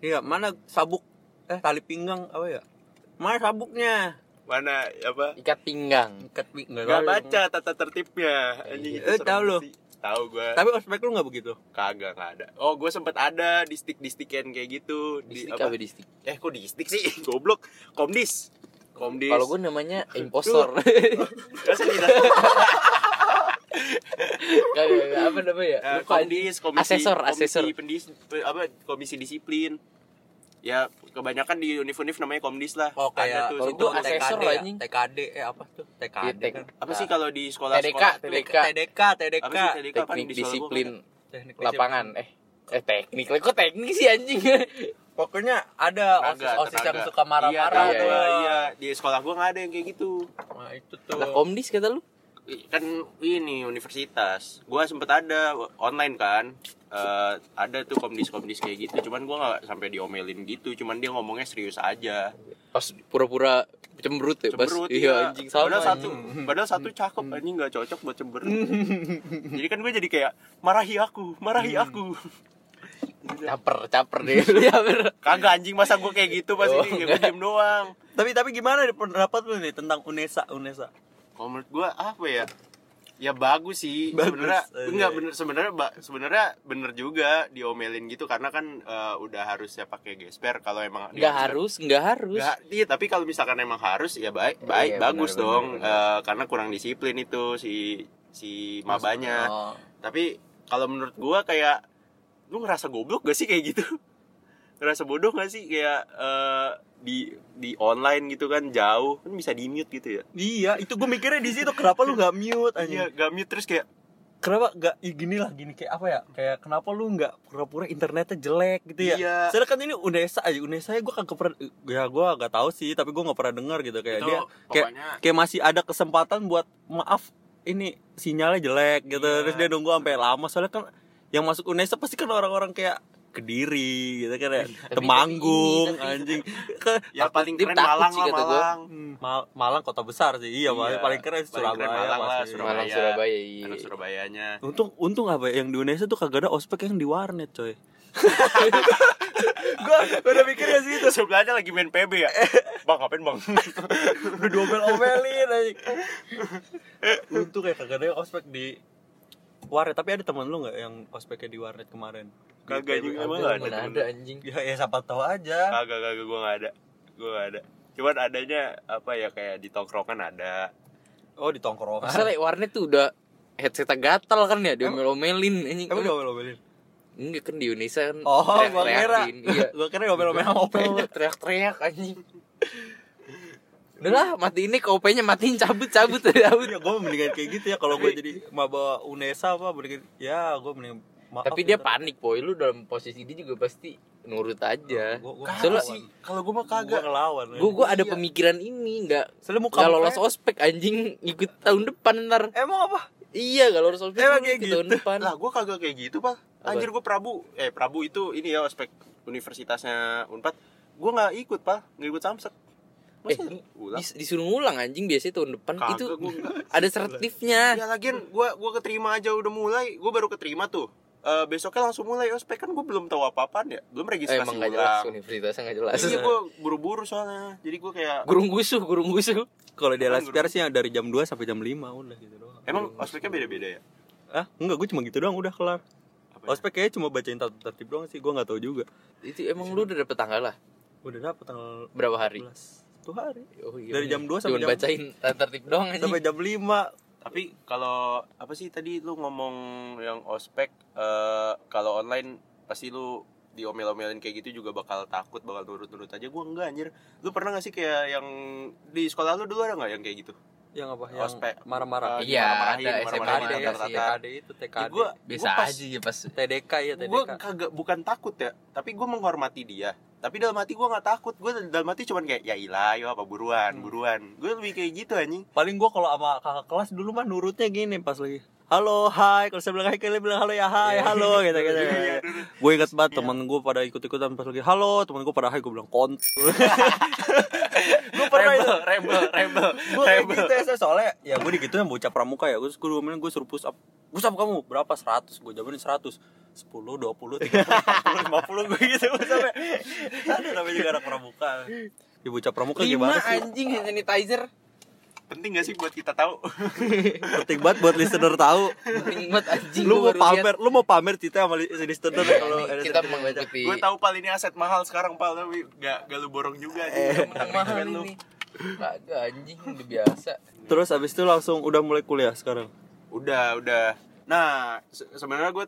Speaker 3: iya mana sabuk eh tali pinggang apa ya mana sabuknya
Speaker 1: Mana, apa?
Speaker 2: Ikat pinggang.
Speaker 3: ikat pinggang
Speaker 1: Gak baca tata tertibnya anjing itu
Speaker 3: Eh,
Speaker 1: serem
Speaker 3: tahu lu.
Speaker 1: sih. Tahu gua.
Speaker 3: tapi ospek lu nggak begitu
Speaker 1: Kagak nggak ada. Oh, gua sempet ada di stick di stickan kayak gitu di
Speaker 2: Distik
Speaker 1: apa?
Speaker 2: apa distik?
Speaker 1: Eh, kok di stick sih? Goblok. Komdis. Komdis.
Speaker 2: Kalau gue namanya impostor.
Speaker 1: Masa kita
Speaker 2: Kagak kagak, apa namanya? ya?
Speaker 1: Eh,
Speaker 2: Lupa, anjing.
Speaker 1: komdis, komisi
Speaker 2: Asesor,
Speaker 1: komisi
Speaker 2: asesor.
Speaker 1: pendis- pe- apa komisi disiplin. Ya, kebanyakan di univ-univ namanya komdis lah.
Speaker 3: Oh
Speaker 1: Ada
Speaker 3: kayak
Speaker 1: tuh
Speaker 3: kalau
Speaker 1: situ.
Speaker 3: gua
Speaker 2: TKD
Speaker 3: asesor
Speaker 2: ya,
Speaker 3: anjing. TKD eh apa tuh? TKD
Speaker 2: Iya,
Speaker 3: kan.
Speaker 1: apa sih kalau di
Speaker 2: TDK,
Speaker 1: sekolah-sekolah tuh?
Speaker 2: TDK,
Speaker 3: TDK, TDK.
Speaker 1: Apa sih TDK? Apaan di
Speaker 2: teknik
Speaker 1: sekolah gua
Speaker 2: disiplin
Speaker 3: Teknik
Speaker 2: lapangan eh eh teknik lah kok teknik sih anjing
Speaker 3: Pokoknya
Speaker 1: Tenaga,
Speaker 3: ada osis-osis yang
Speaker 1: tenaga.
Speaker 3: Oh, suka marah-marah
Speaker 1: iya,
Speaker 3: tuh.
Speaker 1: tenaga, iya, di sekolah gua nggak ada yang kayak gitu.
Speaker 3: Nah, itu tuh.
Speaker 2: lah komdis kata lu
Speaker 1: kan ini universitas gua sempet ada online kan Eh, ada tuh komdis komdis kayak gitu cuman gua nggak sampai diomelin gitu cuman dia ngomongnya serius aja
Speaker 2: pas pura-pura cemberut ya pas
Speaker 1: cemberut
Speaker 2: iya
Speaker 1: iya.
Speaker 2: anjing sama
Speaker 1: padahal satu
Speaker 2: anjing.
Speaker 1: padahal satu cakep anjing nggak cocok buat cemberut jadi kan gue jadi kayak marahi aku marahi aku
Speaker 2: caper caper deh caper
Speaker 1: kagak anjing masa gue kayak gitu pas
Speaker 2: Oh,
Speaker 1: ini gue diem doang
Speaker 3: Tapi tapi gimana nih pendapat lu nih tentang Unesa Unesa?
Speaker 1: kalau menurut gue apa ya ya bagus sih
Speaker 3: Bagus,
Speaker 1: sebenarnya
Speaker 3: iya.
Speaker 1: enggak bener sebenarnya ba- sebenarnya bener juga diomelin gitu karena kan eh, udah harusnya pakai gesper kalau emang
Speaker 2: nggak harus nggak harus
Speaker 1: Nggak, iya tapi kalau misalkan emang harus ya baik baik
Speaker 2: Iya,
Speaker 1: bagus
Speaker 2: benar,
Speaker 1: dong
Speaker 2: benar, benar.
Speaker 1: Eh, karena kurang disiplin itu si si mabanya
Speaker 3: Oh.
Speaker 1: tapi kalau menurut gua kayak lu ngerasa goblok gak sih kayak gitu ngerasa bodoh gak sih kayak eh, di di online gitu kan jauh kan bisa di mute gitu ya
Speaker 3: Iya, itu gue mikirnya di situ kenapa lu nggak mute
Speaker 1: iya
Speaker 3: aja?
Speaker 1: gak mute terus kayak
Speaker 3: Kenapa nggak ya gini lah gini kayak apa ya? Kayak kenapa lu nggak pura-pura internetnya jelek gitu ya?
Speaker 1: Iya.
Speaker 3: Sedangkan ini Unesa aja, Unesa gue kagak pernah ya gue nggak tahu sih, tapi gue nggak pernah dengar gitu
Speaker 1: Iya,
Speaker 3: kayak
Speaker 4: Itu
Speaker 3: dia kayak
Speaker 4: pokoknya
Speaker 3: kayak masih ada kesempatan buat maaf ini sinyalnya jelek gitu
Speaker 4: Iya.
Speaker 3: terus dia nunggu sampai lama soalnya kan yang masuk UNESA pasti kan orang-orang kayak kediri gitu kan ya temanggung
Speaker 2: tapi-
Speaker 3: anjing Kan Ke-
Speaker 1: ya paling
Speaker 2: Tim
Speaker 1: keren
Speaker 2: takut
Speaker 1: Malang
Speaker 2: sih
Speaker 1: lah
Speaker 2: kata gua.
Speaker 1: Malang
Speaker 3: Mal- Malang kota besar sih iya,
Speaker 1: Iya,
Speaker 3: paling keren
Speaker 1: paling keren
Speaker 3: Surabaya
Speaker 1: Malang lah,
Speaker 3: pasti.
Speaker 1: Surabaya.
Speaker 2: Malang Surabaya iya.
Speaker 1: anak Surabayanya
Speaker 3: untung untung apa ya, yang di UNESA tuh kagak ada ospek yang di warnet coy
Speaker 1: gua udah mikir ya sih itu sebelahnya lagi main PB ya bang ngapain bang
Speaker 3: udah diomel-omelin anjing untung ya kagak ada yang ospek di warnet tapi ada teman lu nggak yang ospeknya di warnet kemarin
Speaker 1: Kagak
Speaker 3: Di
Speaker 1: juga,
Speaker 3: PW.
Speaker 1: emang
Speaker 2: Iya, Ada,
Speaker 1: ada
Speaker 2: mana
Speaker 1: temen.
Speaker 2: ada anjing.
Speaker 3: ya, ya siapa tahu aja
Speaker 1: kagak kagak gua nggak ada gua nggak ada cuman adanya apa ya kayak di tongkrongan ada
Speaker 3: Oh di tongkrongan.
Speaker 2: Masa like, warnet tuh udah headset gatal kan ya diomel-omelin anjing.
Speaker 3: Emang diomel-omelin?
Speaker 2: Enggak kan di Indonesia kan
Speaker 3: gitu? Oh, gua kira.
Speaker 2: teriak-teriakin. Iya.
Speaker 3: Gua kira diomel-omelin sama OP.
Speaker 2: Tuh, teriak-teriak anjing. Udah lah, matiin nih kopenya, matiin cabut cabut cabut.
Speaker 3: Iya, gua mendingan kayak gitu ya kalau gua jadi maba Unesa apa mendingan ya gua mendingan maaf.
Speaker 2: Tapi dia
Speaker 3: gitu.
Speaker 2: panik, boy. Lu dalam posisi dia juga pasti nurut aja.
Speaker 3: Gua- gua
Speaker 2: Soalnya
Speaker 3: ngelawan.
Speaker 1: kalau gua mah
Speaker 3: Oh, Gua Iya. ngelawan.
Speaker 2: gua gua ada pemikiran ini nggak
Speaker 3: Soalnya muka
Speaker 2: nggak lolos
Speaker 3: mukanya-
Speaker 2: ospek anjing ikut tahun depan ntar.
Speaker 3: Emang apa?
Speaker 2: Iya, nggak lolos ospek
Speaker 3: Emang
Speaker 2: lu
Speaker 3: kayak
Speaker 2: ikut tahun
Speaker 3: gitu?
Speaker 2: depan.
Speaker 1: lah gua kagak kayak gitu pak
Speaker 2: Kan? Apa?
Speaker 1: anjir gua Prabu eh Prabu itu ini ya aspek universitasnya unpad gua nggak ikut pak nggak ikut samsek
Speaker 2: Eh,
Speaker 1: Masa ulang
Speaker 2: dis- disuruh ngulang anjing biasanya tahun depan
Speaker 1: Kagak,
Speaker 2: itu
Speaker 1: gua nggak.
Speaker 2: ada Eh, sertifnya.
Speaker 3: Iya,
Speaker 1: ya lagian gua gua keterima aja udah mulai gua baru keterima tuh Eh, besoknya langsung mulai ospek kan gua belum tahu apa apaan ya belum
Speaker 2: Eh,
Speaker 1: registrasi
Speaker 2: emang nggak jelas
Speaker 1: ulang
Speaker 2: universitasnya nggak jelas.
Speaker 1: iya gua buru-buru soalnya jadi gua kayak
Speaker 2: Gurung gusuh, gurung gusuh.
Speaker 3: Kalau dia
Speaker 1: Emang
Speaker 3: LSPR sih yang dari jam 2 sampai jam 5 udah gitu doang.
Speaker 1: emang ospeknya beda-beda ya
Speaker 3: Ah, enggak gua cuma gitu doang udah kelar.
Speaker 1: Apanya?
Speaker 3: Ospek kayaknya cuma bacain tata tertib doang sih, gua nggak tahu juga.
Speaker 2: Itu emang lu udah dapet tanggal lah
Speaker 3: Udah dapet tanggal
Speaker 2: berapa hari?
Speaker 3: 11 tuh hari
Speaker 2: Oh, iya,
Speaker 3: Dari
Speaker 2: bener.
Speaker 3: jam 2
Speaker 2: Cuman
Speaker 3: sampai jam-
Speaker 2: bacain tata tertib doang anjing.
Speaker 3: sampai jam 5
Speaker 1: Tapi kalau apa sih tadi lu ngomong yang ospek eh, kalau online pasti lu diomel-omelin kayak gitu juga bakal takut bakal nurut-nurut aja gua enggak anjir. Lu pernah gak sih kayak yang di sekolah lu dulu ada nggak yang kayak gitu?
Speaker 3: yang apa yang
Speaker 1: Ospek.
Speaker 2: Oh,
Speaker 3: marah-marah gitu,
Speaker 2: Iya,
Speaker 1: dimarah-marahin,
Speaker 2: ada
Speaker 1: marah-marahin,
Speaker 2: SMKD,
Speaker 1: diantar-antar.
Speaker 2: iya.
Speaker 3: TKD itu
Speaker 1: Ya,
Speaker 3: TKD
Speaker 1: gua
Speaker 2: Biasa
Speaker 1: gua pas-
Speaker 2: aja ya pas.
Speaker 3: TDK ya TDK
Speaker 1: gue kagak bukan takut ya tapi gue menghormati dia tapi dalam hati gue nggak takut gue dalam hati cuman kayak ya ilah yo apa buruan
Speaker 2: Hmm.
Speaker 1: buruan gue lebih kayak gitu anjing
Speaker 3: paling gua kalau sama kakak kelas dulu mah nurutnya gini pas lagi halo hai kalau saya bilang hai kalian bilang halo ya hai halo gitu gitu gue ingat
Speaker 2: Iya.
Speaker 3: banget temen gue pada ikut ikutan pas lagi halo temen gue pada hai gue bilang kont gue pernah itu
Speaker 1: rebel rebel
Speaker 3: gue kayak gitu ya soalnya ya gue digituin sama bocah pramuka ya gue gue bilang gue suruh push up push up kamu berapa 100 gue jawabannya 100 10, 20, 30, 40, 50 gue gitu sampai aduh namanya juga anak pramuka ya bocah pramuka
Speaker 2: Lima
Speaker 3: gimana sih
Speaker 2: anjing hand sanitizer.
Speaker 1: penting gak sih buat kita tahu
Speaker 3: penting banget buat listener tahu
Speaker 2: Penting banget anjing.
Speaker 3: lu mau
Speaker 2: baru lihat.
Speaker 3: pamer lu mau pamer cerita sama li- listener ya
Speaker 2: Iya,
Speaker 3: kalau
Speaker 2: ini
Speaker 3: ada
Speaker 2: kita
Speaker 3: cerita baca.
Speaker 2: mengikuti.
Speaker 1: gue tahu pal ini aset mahal sekarang pal tapi gak, gak lu borong juga eh,
Speaker 2: mahal ini. Kagak anjing udah biasa.
Speaker 3: terus abis itu langsung udah mulai kuliah sekarang
Speaker 1: udah udah nah se- sebenarnya gue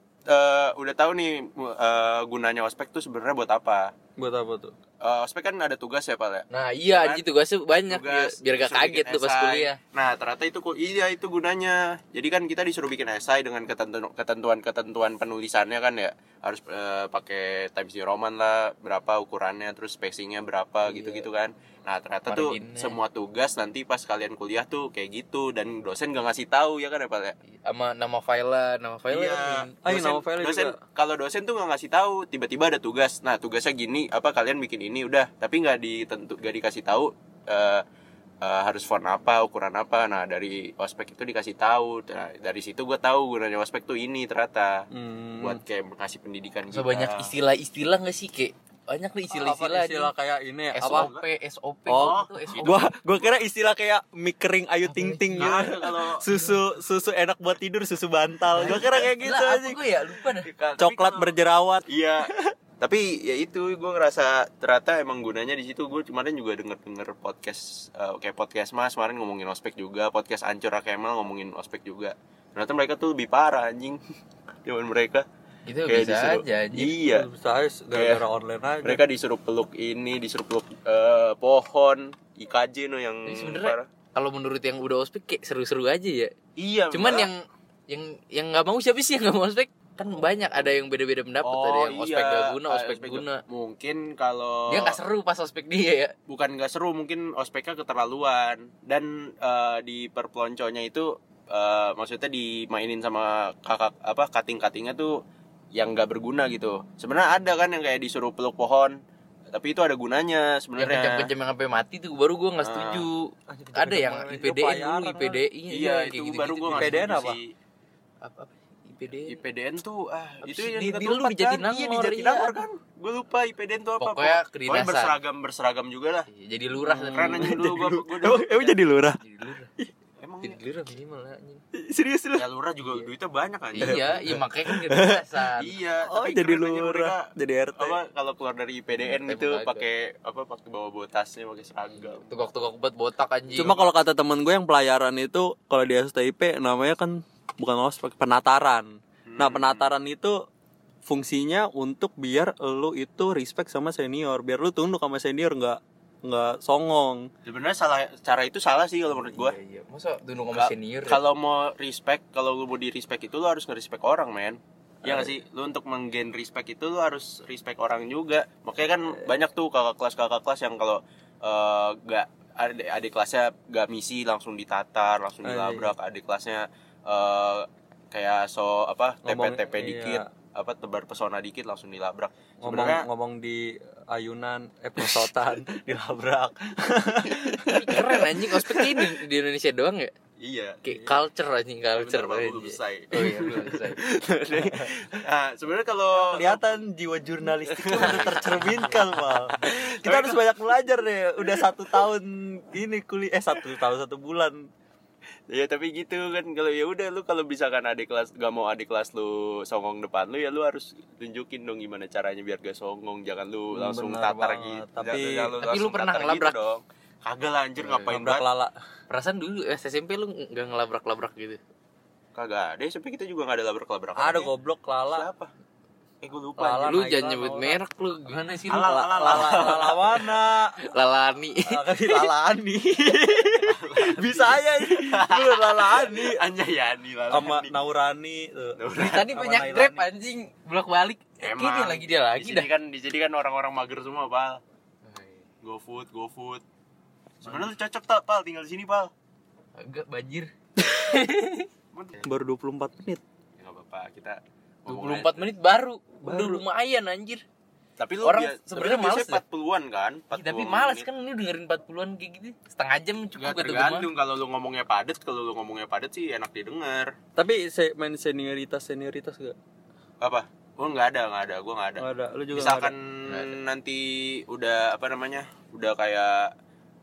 Speaker 1: udah tahu nih eh, gunanya ospek tuh sebenarnya buat apa
Speaker 3: buat apa tuh
Speaker 1: Eh, ospek kan ada tugas ya pal ya
Speaker 2: Nah, iya
Speaker 1: Kan?
Speaker 2: anjing tugasnya banyak biar,
Speaker 1: Tugas,
Speaker 2: biar gak
Speaker 1: disuruh
Speaker 2: kaget
Speaker 1: bikin
Speaker 2: tuh pas
Speaker 1: esai.
Speaker 2: kuliah.
Speaker 1: Nah, ternyata itu ku- iya itu gunanya. Jadi kan kita disuruh bikin esai dengan ketentu- ketentuan-ketentuan penulisannya kan ya. Harus eh, pakai Times New Roman lah, berapa ukurannya, terus spacingnya berapa gitu-gitu kan. Nah, ternyata tuh
Speaker 2: Iya. Marginnya.
Speaker 1: semua tugas nanti pas kalian kuliah tuh kayak gitu dan dosen gak ngasih tahu ya kan ya, Pak ya?
Speaker 2: Sama nama file nama file
Speaker 1: Iya.
Speaker 2: kan.
Speaker 3: Ah, iya,
Speaker 1: Dosen-
Speaker 3: nama file
Speaker 1: dosen-
Speaker 3: juga.
Speaker 1: kalau dosen tuh nggak ngasih tahu, tiba-tiba ada tugas. Nah, tugasnya gini, apa kalian bikin ini udah, tapi nggak ditentu nggak dikasih tahu eh, eh, harus font apa, ukuran apa. Nah, dari ospek itu dikasih tahu. Nah, dari situ gue tahu gunanya ospek tuh ini ternyata
Speaker 3: hmm.
Speaker 1: buat kayak kasih pendidikan kita.
Speaker 2: Sebanyak istilah-istilah gak sih, Kek? Banyak nih istilah-istilah.
Speaker 3: istilah,
Speaker 2: anjing.
Speaker 3: kayak ini ya? apa
Speaker 2: SOP, SOP
Speaker 3: Oh,
Speaker 2: gitu, SOP.
Speaker 3: gua gua kira istilah kayak mie kering ayu ting ting gitu.
Speaker 1: Nggak ada kalau-
Speaker 3: susu susu enak buat tidur susu bantal gua kira kayak gitu
Speaker 2: Lah, apa
Speaker 3: aja
Speaker 2: gua ya lupa dah.
Speaker 3: coklat berjerawat
Speaker 1: Iya. Tapi ya itu gue ngerasa ternyata emang gunanya di situ gue kemarin juga denger denger podcast eh, kayak podcast Mas kemarin ngomongin ospek juga podcast Ancur Akemel ngomongin ospek juga. Ternyata mereka tuh lebih parah anjing. zaman mereka
Speaker 2: Itu
Speaker 1: Kayak
Speaker 2: Gitu, Ya, bisa
Speaker 1: disuruh-
Speaker 2: aja anjing.
Speaker 1: iya
Speaker 3: Bisa aja gara-gara online aja.
Speaker 1: mereka disuruh peluk ini disuruh peluk eh, pohon IKJ no yang
Speaker 2: Jadi
Speaker 1: parah.
Speaker 2: sebenarnya kalau menurut yang udah ospek kayak seru-seru aja ya.
Speaker 1: iya
Speaker 2: Cuman
Speaker 1: malah.
Speaker 2: yang yang yang nggak mau siapa sih yang nggak mau ospek? Kan banyak ada yang beda-beda pendapat, ada yang ospek
Speaker 1: iya.
Speaker 2: gak guna,
Speaker 1: Ah,
Speaker 2: ospek guna.
Speaker 1: mungkin kalau
Speaker 2: Dia nggak seru pas ospek dia ya.
Speaker 1: bukan nggak seru mungkin ospeknya keterlaluan dan eh, di perpelonconya itu eh, maksudnya dimainin sama kakak apa kating katingnya tuh yang nggak berguna gitu sebenarnya ada kan yang kayak disuruh peluk pohon tapi itu ada gunanya
Speaker 2: Yang
Speaker 1: sebenarnya
Speaker 2: kejam-kejam yang sampai mati tuh baru gue
Speaker 1: ya.
Speaker 2: nggak
Speaker 1: Ah.
Speaker 2: setuju.
Speaker 3: Anjing,
Speaker 2: Ada yang
Speaker 3: kejam-kejam.
Speaker 2: IPDN
Speaker 3: Itu
Speaker 2: dulu,
Speaker 3: bayaran,
Speaker 2: IPDI
Speaker 1: iya
Speaker 2: ya,
Speaker 1: itu
Speaker 2: kayak gitu-gitu gitu.
Speaker 1: baru gue nggak
Speaker 3: IPDN
Speaker 1: setuju
Speaker 3: apa?
Speaker 1: sih.
Speaker 2: apa apa IPDN
Speaker 1: IPDN tuh ah
Speaker 2: Apa
Speaker 1: itu
Speaker 2: sih?
Speaker 1: yang
Speaker 2: Di-
Speaker 1: kita
Speaker 2: di lu
Speaker 1: tempat kan
Speaker 2: di Jatinangor,
Speaker 1: iya di Jatinangor
Speaker 2: iya.
Speaker 1: kan gue lupa IPDN tuh apa
Speaker 2: Pokoknya
Speaker 1: pok-
Speaker 2: kedinasan.
Speaker 1: berseragam berseragam juga lah
Speaker 2: Iya, jadi lurah kan
Speaker 1: keren aja dulu gue gue dulu
Speaker 3: Emang, emang jadi lurah?
Speaker 2: jadi lurah
Speaker 1: emang
Speaker 2: jadi lurah minimal lah anjing.
Speaker 3: Serius lu?
Speaker 1: ya lurah juga duitnya banyak kan
Speaker 2: iya iya makanya kan kedinasan
Speaker 1: iya
Speaker 3: Oh,
Speaker 1: tapi
Speaker 3: jadi
Speaker 1: keren aja mereka,
Speaker 3: lurah, ya? Iya, jadi RT.
Speaker 1: apa kalau keluar dari IPDN itu
Speaker 2: Tapi emang agak.
Speaker 1: gitu, pakai apa pakai bawa bawa tasnya pakai seragam
Speaker 2: tukok-tukok buat botak anjing
Speaker 3: Cuma kalau kata temen gue yang pelayaran itu kalau di STIP namanya kan bukan ospek penataran. Nah penataran itu fungsinya untuk biar lu itu respect sama senior, biar lu tunduk sama senior nggak nggak songong.
Speaker 1: sebenarnya salah cara itu salah sih kalau menurut gue
Speaker 2: Iya, iya. masa dulu sama senior ya?
Speaker 1: kalau mau respect kalau lu mau di respect itu lu harus nge-respect orang men Iya
Speaker 3: Ah,
Speaker 1: gak sih? Lu untuk menggain respect itu lu harus respect orang juga Makanya kan
Speaker 3: Iya.
Speaker 1: banyak tuh kakak kelas-kakak kelas yang kalau eh, gak adik, adik kelasnya gak misi langsung ditatar, langsung
Speaker 3: Ah, iya,
Speaker 1: dilabrak Adik kelasnya eh, kayak so apa
Speaker 3: Ngomong-
Speaker 1: TP-TP
Speaker 3: iya.
Speaker 1: dikit apa tebar pesona dikit langsung dilabrak
Speaker 3: Ngomong
Speaker 1: sebenarnya
Speaker 3: ngomong di ayunan, eh pesotan, dilabrak.
Speaker 2: Tapi keren anjing ospek kayak di, di Indonesia doang ya
Speaker 1: iya
Speaker 2: kayak culture anjing
Speaker 1: Bentar,
Speaker 2: culture
Speaker 1: Pak, gua
Speaker 2: anjing.
Speaker 1: belum selesai.
Speaker 2: oh iya belum selesai
Speaker 1: nah sebenarnya kalau
Speaker 3: Kelihatan jiwa jurnalistik lu udah tercerminkan mal. Kita harus banyak belajar deh. Udah satu tahun ini kuliah, eh satu tahun satu bulan.
Speaker 1: Ya tapi gitu kan kalau ya udah lu kalau misalkan adik kelas gak mau adik kelas lu songong depan lu ya lu harus tunjukin dong gimana caranya biar gak songong jangan lu
Speaker 3: Hmm,
Speaker 1: langsung
Speaker 3: benar
Speaker 1: tatar
Speaker 3: banget.
Speaker 1: gitu.
Speaker 3: Tapi-
Speaker 1: Jangan- jangan
Speaker 2: Tapi
Speaker 1: langsung
Speaker 2: lu pernah Iya,
Speaker 1: tatar gitu
Speaker 2: ngelabrak?
Speaker 1: dong. Kagak lah anjir ngapain
Speaker 3: Nabrak
Speaker 1: banget.
Speaker 3: lala.
Speaker 2: perasaan dulu SMP lu nggak ngelabrak-labrak gitu
Speaker 1: Kagak ada Ya, sampai kita juga gak ada labrak-labrak.
Speaker 3: Ada goblok lala.
Speaker 1: Siapa? Eh gue lupa.
Speaker 3: Lala.
Speaker 1: anjir.
Speaker 2: lu
Speaker 3: Naila,
Speaker 2: jangan nyebut
Speaker 3: Naura.
Speaker 2: merek lu gimana sih lu
Speaker 1: Ala-
Speaker 3: Lala, lala, lala mana?
Speaker 2: lalani
Speaker 3: Lala- Lala Ani. Bisa aja ini. Bener, Lala Ani.
Speaker 1: Anjay ya Ani Lala.
Speaker 3: Sama
Speaker 1: Ani.
Speaker 3: Naurani. tuh.
Speaker 2: Ini tadi
Speaker 3: Sama
Speaker 2: banyak
Speaker 3: Nailani.
Speaker 2: grab anjing bolak balik
Speaker 1: Emang.
Speaker 2: Kayaknya lagi dia
Speaker 1: Di
Speaker 2: lagi
Speaker 1: sini
Speaker 2: dah
Speaker 1: kan di sini kan orang-orang mager semua, Pal. GoFood, GoFood. Sebenarnya lu cocok tak, Pal, tinggal di sini, Pal?
Speaker 2: agak banjir
Speaker 3: Baru 24 menit.
Speaker 1: Ya enggak apa-apa, kita ngomong aja.
Speaker 2: 24 menit baru udah lumayan anjir
Speaker 1: Tapi lu
Speaker 2: Orang
Speaker 1: bia-
Speaker 2: sebenarnya
Speaker 1: tapi
Speaker 2: males
Speaker 3: ya?
Speaker 1: biasanya 40-an kan?
Speaker 2: Ih, tapi
Speaker 1: 40
Speaker 2: males
Speaker 1: menit.
Speaker 2: kan ini dengerin 40-an kayak gitu setengah jam cukup
Speaker 1: Nggak
Speaker 2: kata gua.
Speaker 1: tergantung kalau lu ngomongnya padat, kalau lu ngomongnya padat sih enak didengar.
Speaker 3: Tapi se- main senioritas senioritas gak?
Speaker 1: Apa? Gua nggak ada, nggak ada, gua nggak ada.
Speaker 3: Gak ada. Lu juga nggak
Speaker 1: Misalkan nanti udah apa namanya? Udah kayak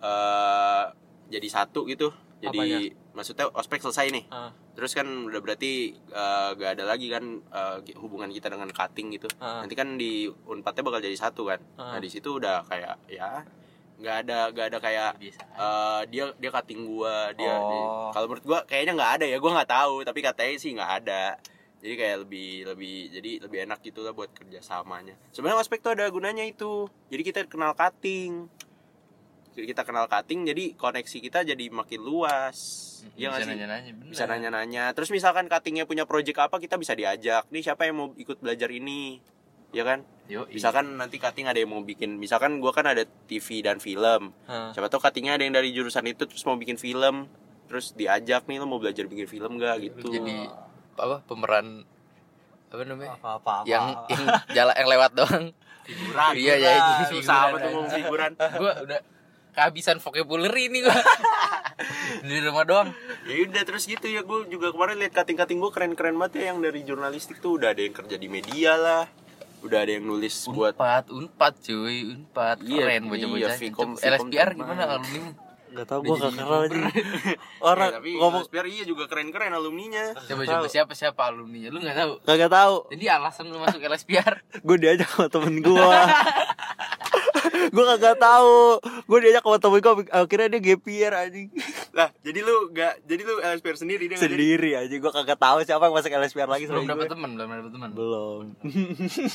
Speaker 1: eh jadi satu gitu. Jadi maksudnya ospek selesai nih.
Speaker 3: Ah.
Speaker 1: Terus kan udah berarti eh, nggak ada lagi kan eh, gi- hubungan kita dengan cutting gitu.
Speaker 3: Ah.
Speaker 1: Nanti kan di Unpadnya bakal jadi satu kan. Nah,
Speaker 3: Ah.
Speaker 1: di situ udah kayak ya nggak ada nggak ada kayak
Speaker 2: biasa aja.
Speaker 1: eh, dia dia cutting gua dia,
Speaker 3: Oh.
Speaker 1: dia- kalau menurut gua kayaknya nggak ada ya gua nggak tahu tapi katanya sih nggak ada jadi kayak lebih lebih jadi lebih enak gitu lah buat kerjasamanya sebenarnya ospek tuh ada gunanya itu jadi kita kenal cutting jadi kita kenal cutting jadi koneksi kita jadi makin luas Iya nggak
Speaker 2: bisa
Speaker 1: sih?
Speaker 2: nanya-nanya bener.
Speaker 1: bisa nanya-nanya terus misalkan cuttingnya punya project apa kita bisa diajak nih siapa yang mau ikut belajar ini ya kan
Speaker 2: Yo,
Speaker 1: misalkan nanti cutting ada yang mau bikin misalkan gua kan ada TV dan film
Speaker 3: Ah.
Speaker 1: siapa tahu cuttingnya ada yang dari jurusan itu terus mau bikin film terus diajak nih lo mau belajar bikin film gak gitu
Speaker 2: jadi apa pemeran apa namanya?
Speaker 3: Apa-apa.
Speaker 2: yang yang jalan yang lewat doang.
Speaker 1: figuran
Speaker 2: iya ya
Speaker 3: figuran.
Speaker 2: jadi
Speaker 1: susah apa tuh ngomong figuran
Speaker 2: Gua udah kehabisan vocabulary ini gua. Di rumah doang.
Speaker 1: ya udah terus gitu ya gue juga kemarin lihat cutting cutting gue keren keren banget ya yang dari jurnalistik tuh udah ada yang kerja di media lah udah ada yang nulis buat
Speaker 2: Unpad, unpad cuy, unpad
Speaker 1: Iya,
Speaker 2: keren
Speaker 1: iya,
Speaker 2: bocah-bocah.
Speaker 1: Vkom-
Speaker 2: Coba LSPR
Speaker 1: Vkom
Speaker 2: gimana
Speaker 1: teman.
Speaker 2: kalau ini?
Speaker 3: Gak tau gue gak kenal aja.
Speaker 1: ya,
Speaker 3: Orang
Speaker 1: tapi
Speaker 3: ngomong
Speaker 1: biar iya juga keren keren alumninya
Speaker 2: Coba coba siapa siapa alumni lu nggak tahu.
Speaker 3: kagak tahu.
Speaker 2: Jadi alasan lu masuk LSPR
Speaker 3: Gue diajak sama temen gue. gue kagak tahu gue diajak sama temen gue akhirnya dia gap year anjing
Speaker 1: Lah, jadi lu gak jadi lu LSPR sendiri dia nggak jadi?
Speaker 3: sendiri anjing gue kagak tahu siapa yang masuk LSPR lagi
Speaker 4: belum
Speaker 3: selain
Speaker 4: dapet
Speaker 3: gue
Speaker 4: teman belum dapet teman
Speaker 3: belum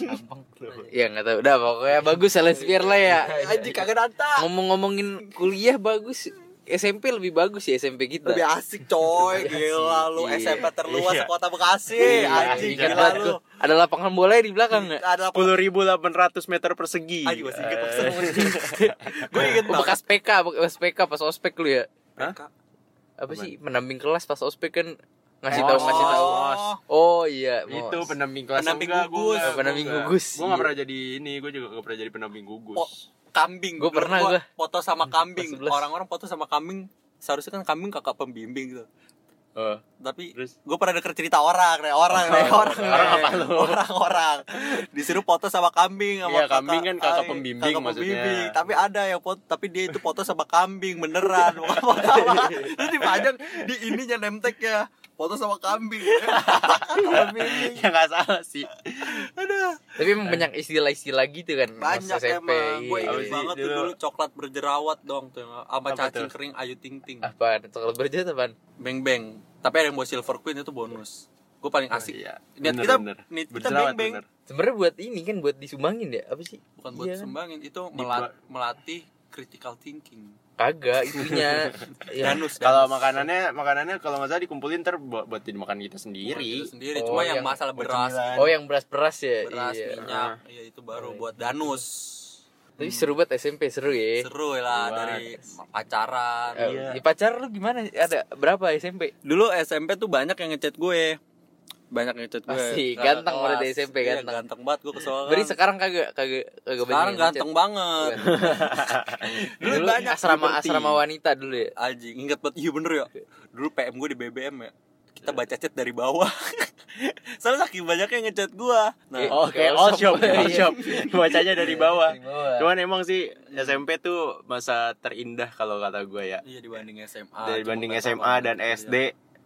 Speaker 4: gampang
Speaker 2: ya nggak tahu udah pokoknya bagus LSPR lah ya
Speaker 3: anjing kagak nanta
Speaker 2: ngomong-ngomongin kuliah bagus SMP lebih bagus ya SMP kita
Speaker 3: lebih asik coy gila lu
Speaker 2: Iya.
Speaker 3: SMP terluas
Speaker 1: Iya.
Speaker 3: sekota Bekasi
Speaker 2: Iya,
Speaker 3: anjing
Speaker 2: ingat
Speaker 3: gila
Speaker 2: banget
Speaker 3: lu
Speaker 2: gua. ada lapangan bola ya di belakang nggak
Speaker 3: ada apa
Speaker 1: Sepuluh ribu delapan ratus meter persegi.
Speaker 3: anjing masih inget gue inget
Speaker 2: Oh,
Speaker 3: banget
Speaker 2: bekas PK bekas PK pas ospek lu ya
Speaker 1: Nah, Hah?
Speaker 2: apa sih pendamping kelas pas ospek kan ngasih
Speaker 1: Oh.
Speaker 2: tahu ngasih tahu
Speaker 3: Oh.
Speaker 2: oh iya
Speaker 1: Itu
Speaker 2: mos.
Speaker 1: pendamping kelas
Speaker 3: Pendamping
Speaker 1: Enggak, gua
Speaker 3: gugus.
Speaker 1: nggak,
Speaker 2: Oh, pendamping
Speaker 1: gua nggak.
Speaker 2: gugus,
Speaker 1: Gua nggak
Speaker 2: iya.
Speaker 1: pernah jadi ini, gua juga nggak pernah jadi pendamping gugus.
Speaker 3: Oh, kambing
Speaker 2: Gua
Speaker 3: Dulu
Speaker 2: pernah,
Speaker 3: gua
Speaker 2: gua.
Speaker 3: foto sama kambing
Speaker 2: Pas 11.
Speaker 3: orang-orang foto sama kambing seharusnya kan kambing kakak pembimbing gitu
Speaker 1: Oh.
Speaker 3: tapi
Speaker 1: Terus? Oh,
Speaker 3: gue pernah denger cerita orang nih orang nih orang orang apa lu orang orang disuruh foto sama kambing sama
Speaker 1: Iya, kambing kan kakak
Speaker 3: ay,
Speaker 1: pembimbing maksudnya.
Speaker 3: tapi ada yang foto tapi dia itu foto sama kambing beneran bukan foto sama terus dipajang di ininya nemteknya foto sama kambing kambing
Speaker 1: ya nggak salah sih.
Speaker 3: ada
Speaker 2: tapi emang banyak istilah-istilah gitu kan masa
Speaker 3: banyak emang gue
Speaker 2: Iya,
Speaker 1: Apa sih?
Speaker 3: inget
Speaker 2: iya.
Speaker 3: banget tuh
Speaker 1: Dulu-
Speaker 3: dulu coklat berjerawat dong tuh sama
Speaker 1: Apa
Speaker 3: cacing
Speaker 1: tuh? Ah.
Speaker 3: kering ayu ting ting
Speaker 2: apaan coklat berjata apaan
Speaker 3: beng beng tapi ada yang bawa silver queen itu bonus gue paling asik
Speaker 1: Iya.
Speaker 3: Niat
Speaker 1: Bener,
Speaker 3: kita-
Speaker 1: bener.
Speaker 3: niat kita
Speaker 1: Berjerawat,
Speaker 3: beng-beng.
Speaker 1: bener.
Speaker 2: sebenarnya buat ini kan buat disumbangin ya apa sih
Speaker 3: bukan buat
Speaker 2: Iya.
Speaker 3: sumbangin itu
Speaker 1: mela-
Speaker 3: melatih critical thinking
Speaker 2: kagak itunya ya.
Speaker 3: danus
Speaker 1: Kalau makanannya, makanannya kalau nggak salah dikumpulin ter buat buat dimakan kita sendiri.
Speaker 3: sendiri
Speaker 2: Oh,
Speaker 3: cuma yang,
Speaker 2: yang
Speaker 3: masalah beras
Speaker 1: cemilan.
Speaker 2: oh yang beras-beras ya
Speaker 3: beras
Speaker 2: Iya.
Speaker 3: minyak ya itu baru buat danus
Speaker 2: tapi seru banget SMP seru ya
Speaker 3: seru lah
Speaker 1: Buat.
Speaker 3: dari pacaran
Speaker 2: Eh,
Speaker 1: Iya.
Speaker 2: ya pacar lu gimana ada berapa SMP
Speaker 3: dulu SMP tuh banyak yang ngechat gue banyak yang ngechat gue
Speaker 2: Pasti,
Speaker 3: Kakak
Speaker 2: ganteng
Speaker 3: kelas.
Speaker 2: udah dari SMP,
Speaker 3: Iya,
Speaker 2: ganteng.
Speaker 3: ganteng banget gue kesel kan.
Speaker 2: Beri sekarang kagak kagak kagak
Speaker 3: sekarang
Speaker 2: banyak yang
Speaker 3: ganteng banget
Speaker 2: ngechat. dulu,
Speaker 3: banyak
Speaker 2: asrama
Speaker 3: puberti.
Speaker 2: asrama wanita dulu ya
Speaker 3: Anjing, inget banget, iya bener ya Dulu PM gue di BBM ya Kita baca chat dari bawah Soalnya saking banyak yang ngechat gue Nah,
Speaker 2: Eh,
Speaker 1: Oke,
Speaker 2: Kayak all
Speaker 1: all shop,
Speaker 2: shop.
Speaker 1: all
Speaker 2: Iya.
Speaker 1: shop. Bacanya dari bawah.
Speaker 2: Dari
Speaker 3: Iya.
Speaker 2: bawah.
Speaker 1: Cuman emang sih SMP tuh masa terindah kalau kata gue ya.
Speaker 3: Iya dibanding SMA.
Speaker 1: Dari
Speaker 3: Cuma gitu
Speaker 1: banding
Speaker 3: nggak tahu Iya.
Speaker 1: SMA
Speaker 3: kalau
Speaker 1: dan
Speaker 3: kuliah.
Speaker 1: SD.